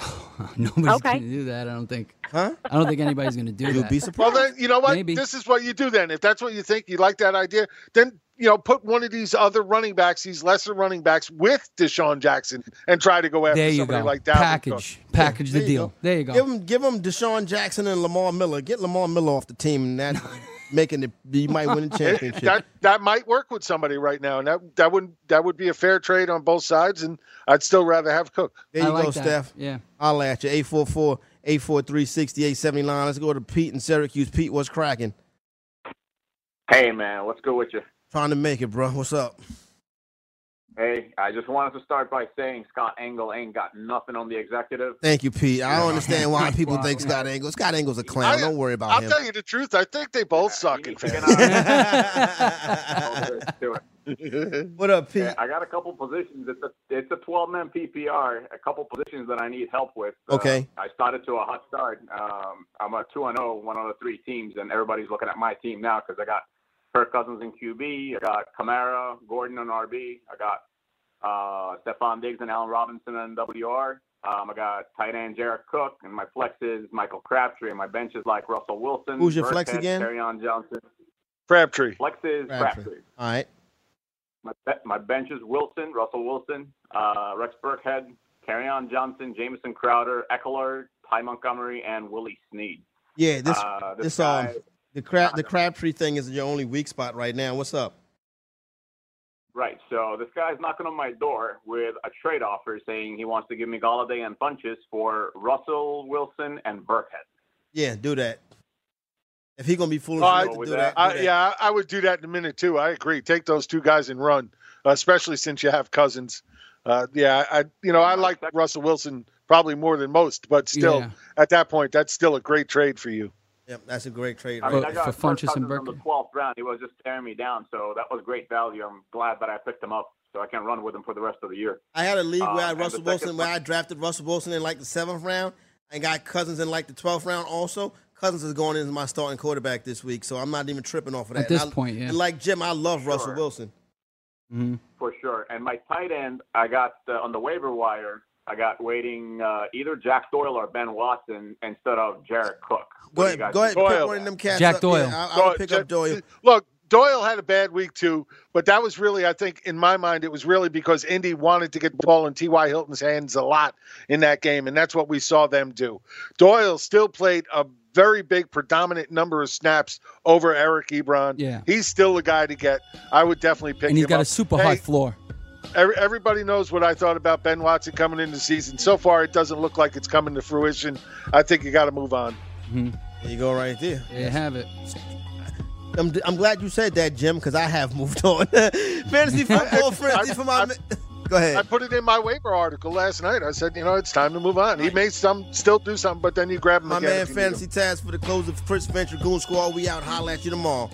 S4: [sighs] Nobody's going to do that. I don't think.
S3: Huh?
S4: I don't think anybody's going to do that.
S5: Well, then you know what?
S4: Maybe.
S5: This is what you do then. If that's what you think, you like that idea, then you know put one of these other running backs, these lesser running backs, with Deshaun Jackson, and try to go after
S4: There you
S5: somebody
S4: go.
S5: like that.
S4: Package. Package the deal. There you go.
S3: Give him give him Deshaun Jackson and Lamar Miller. Get Lamar Miller off the team and that [laughs] making it you
S12: [laughs]
S5: [laughs]
S3: might win the championship.
S5: that that might work with somebody right now, and that that would that would be a fair trade on both sides, and I'd still rather have Cook.
S3: There you go, Steph.
S4: Yeah.
S3: I'll at you. 844 843 6879. Let's go to Pete in Syracuse. Pete, what's cracking?
S12: Hey man, what's good with you?
S3: Trying to make it, bro. What's up?
S12: Hey, I just wanted to start by saying Scott Engel ain't got nothing on the executive.
S3: Thank you, Pete. I don't understand
S4: [laughs]
S3: why people think Scott Angle. Scott Angle's a clown. don't worry about
S5: I'll
S3: Oh, him.
S5: tell you the truth. I think they both suck in fantasy.
S3: What up, Pete?
S12: uh, Yeah, I got a couple positions. It's a it's a 12 man PPR. A couple positions that I need help with.
S3: Okay.
S12: I started to a hot start. Um, I'm a two and zero, one out of three teams, and everybody's looking at my team now because I got Kirk Cousins in QB. I got Kamara, Gordon on RB. I got uh, Stephon Diggs and Allen Robinson on WR. Um, I got tight end Jared Cook, and my flex is Michael Crabtree, and my bench is like Russell Wilson.
S3: Who's your flex again?
S12: Carryon Johnson.
S5: Crabtree.
S12: Flex is
S3: Crabtree.
S12: Crabtree.
S3: All right.
S12: My, be- my bench is Wilson, Russell Wilson, uh, Rex Burkhead, Carryon Johnson, Jameson Crowder, Eckler, Ty Montgomery, and Willie Snead.
S3: Yeah, this
S12: Uh,
S3: this,
S12: this
S3: um
S12: guy-
S3: the crab the Crabtree thing is your only weak spot right now. What's up?
S12: Right. So this guy's knocking on my door with a trade offer saying he wants to give me Galladay and Funches for Russell Wilson and Burkhead.
S3: Yeah, do that. If he gonna be foolish
S5: I-
S3: enough to do that, do
S5: I-
S3: that.
S5: yeah, I would do that in a minute too. I agree. Take those two guys and run, especially since you have Cousins. Uh, yeah, I you know I like Russell Wilson probably more than most, but still
S3: Yeah.
S5: at that point that's still a great trade for you.
S3: Yep, that's a great trade.
S12: I
S3: right
S12: mean,
S3: there.
S12: I got Kirk Cousins on the 12th round. He was just tearing me down, so that was great value. I'm glad that I picked him up, so I can run with him for the rest of the year.
S3: I had a league where
S12: Uh,
S3: I
S12: and the
S3: Russell
S12: second
S3: Wilson, where
S12: one-
S3: I drafted Russell Wilson in like the seventh round, and got Cousins in like the twelfth round. Also, Cousins is going in as my starting quarterback this week, so I'm not even tripping off of that.
S4: At this
S3: And I-
S4: point, yeah.
S3: And like Jim, I love Russell Wilson.
S12: For sure. And my tight end, I got uh, on the waiver wire. I got waiting uh, either Jack Doyle or Ben Watson instead of Jared Cook. What
S3: Go
S12: do you
S3: ahead,
S12: guys
S3: go ahead,
S12: think?
S3: pick one of them cats. up. Yeah, I, I would pick up Doyle.
S5: Look, Doyle had a bad week too, but that was really, I think, in my mind, it was really because Indy wanted to get the ball in T.Y. Hilton's hands a lot in that game, and that's what we saw them do. Doyle still played a very big, predominant number of snaps over Eric Ebron.
S4: Yeah.
S5: He's still the guy to get. I would definitely pick
S4: And he's
S5: him
S4: got
S5: up.
S4: a super
S5: Hey,
S4: high floor.
S5: Every, everybody knows what I thought about Ben Watson coming into the season. So far, it doesn't look like it's coming to fruition. I think you got to move on.
S3: There you go, right there.
S4: Mm-hmm. There you have it.
S3: I'm, I'm glad you said that, Jim, because I have moved
S5: [laughs]
S3: on. [laughs]
S12: [laughs]
S3: Fantasy football frenzy for my. Go ahead.
S5: I put it in my waiver article last night. I said, you know, it's time to move on. He may some still do something, but then you grab him
S3: My
S5: again.
S3: man,
S5: if you need him.
S3: Fantasy Task for the close of Chris Venture Goon Squad. We out. Holla at you tomorrow.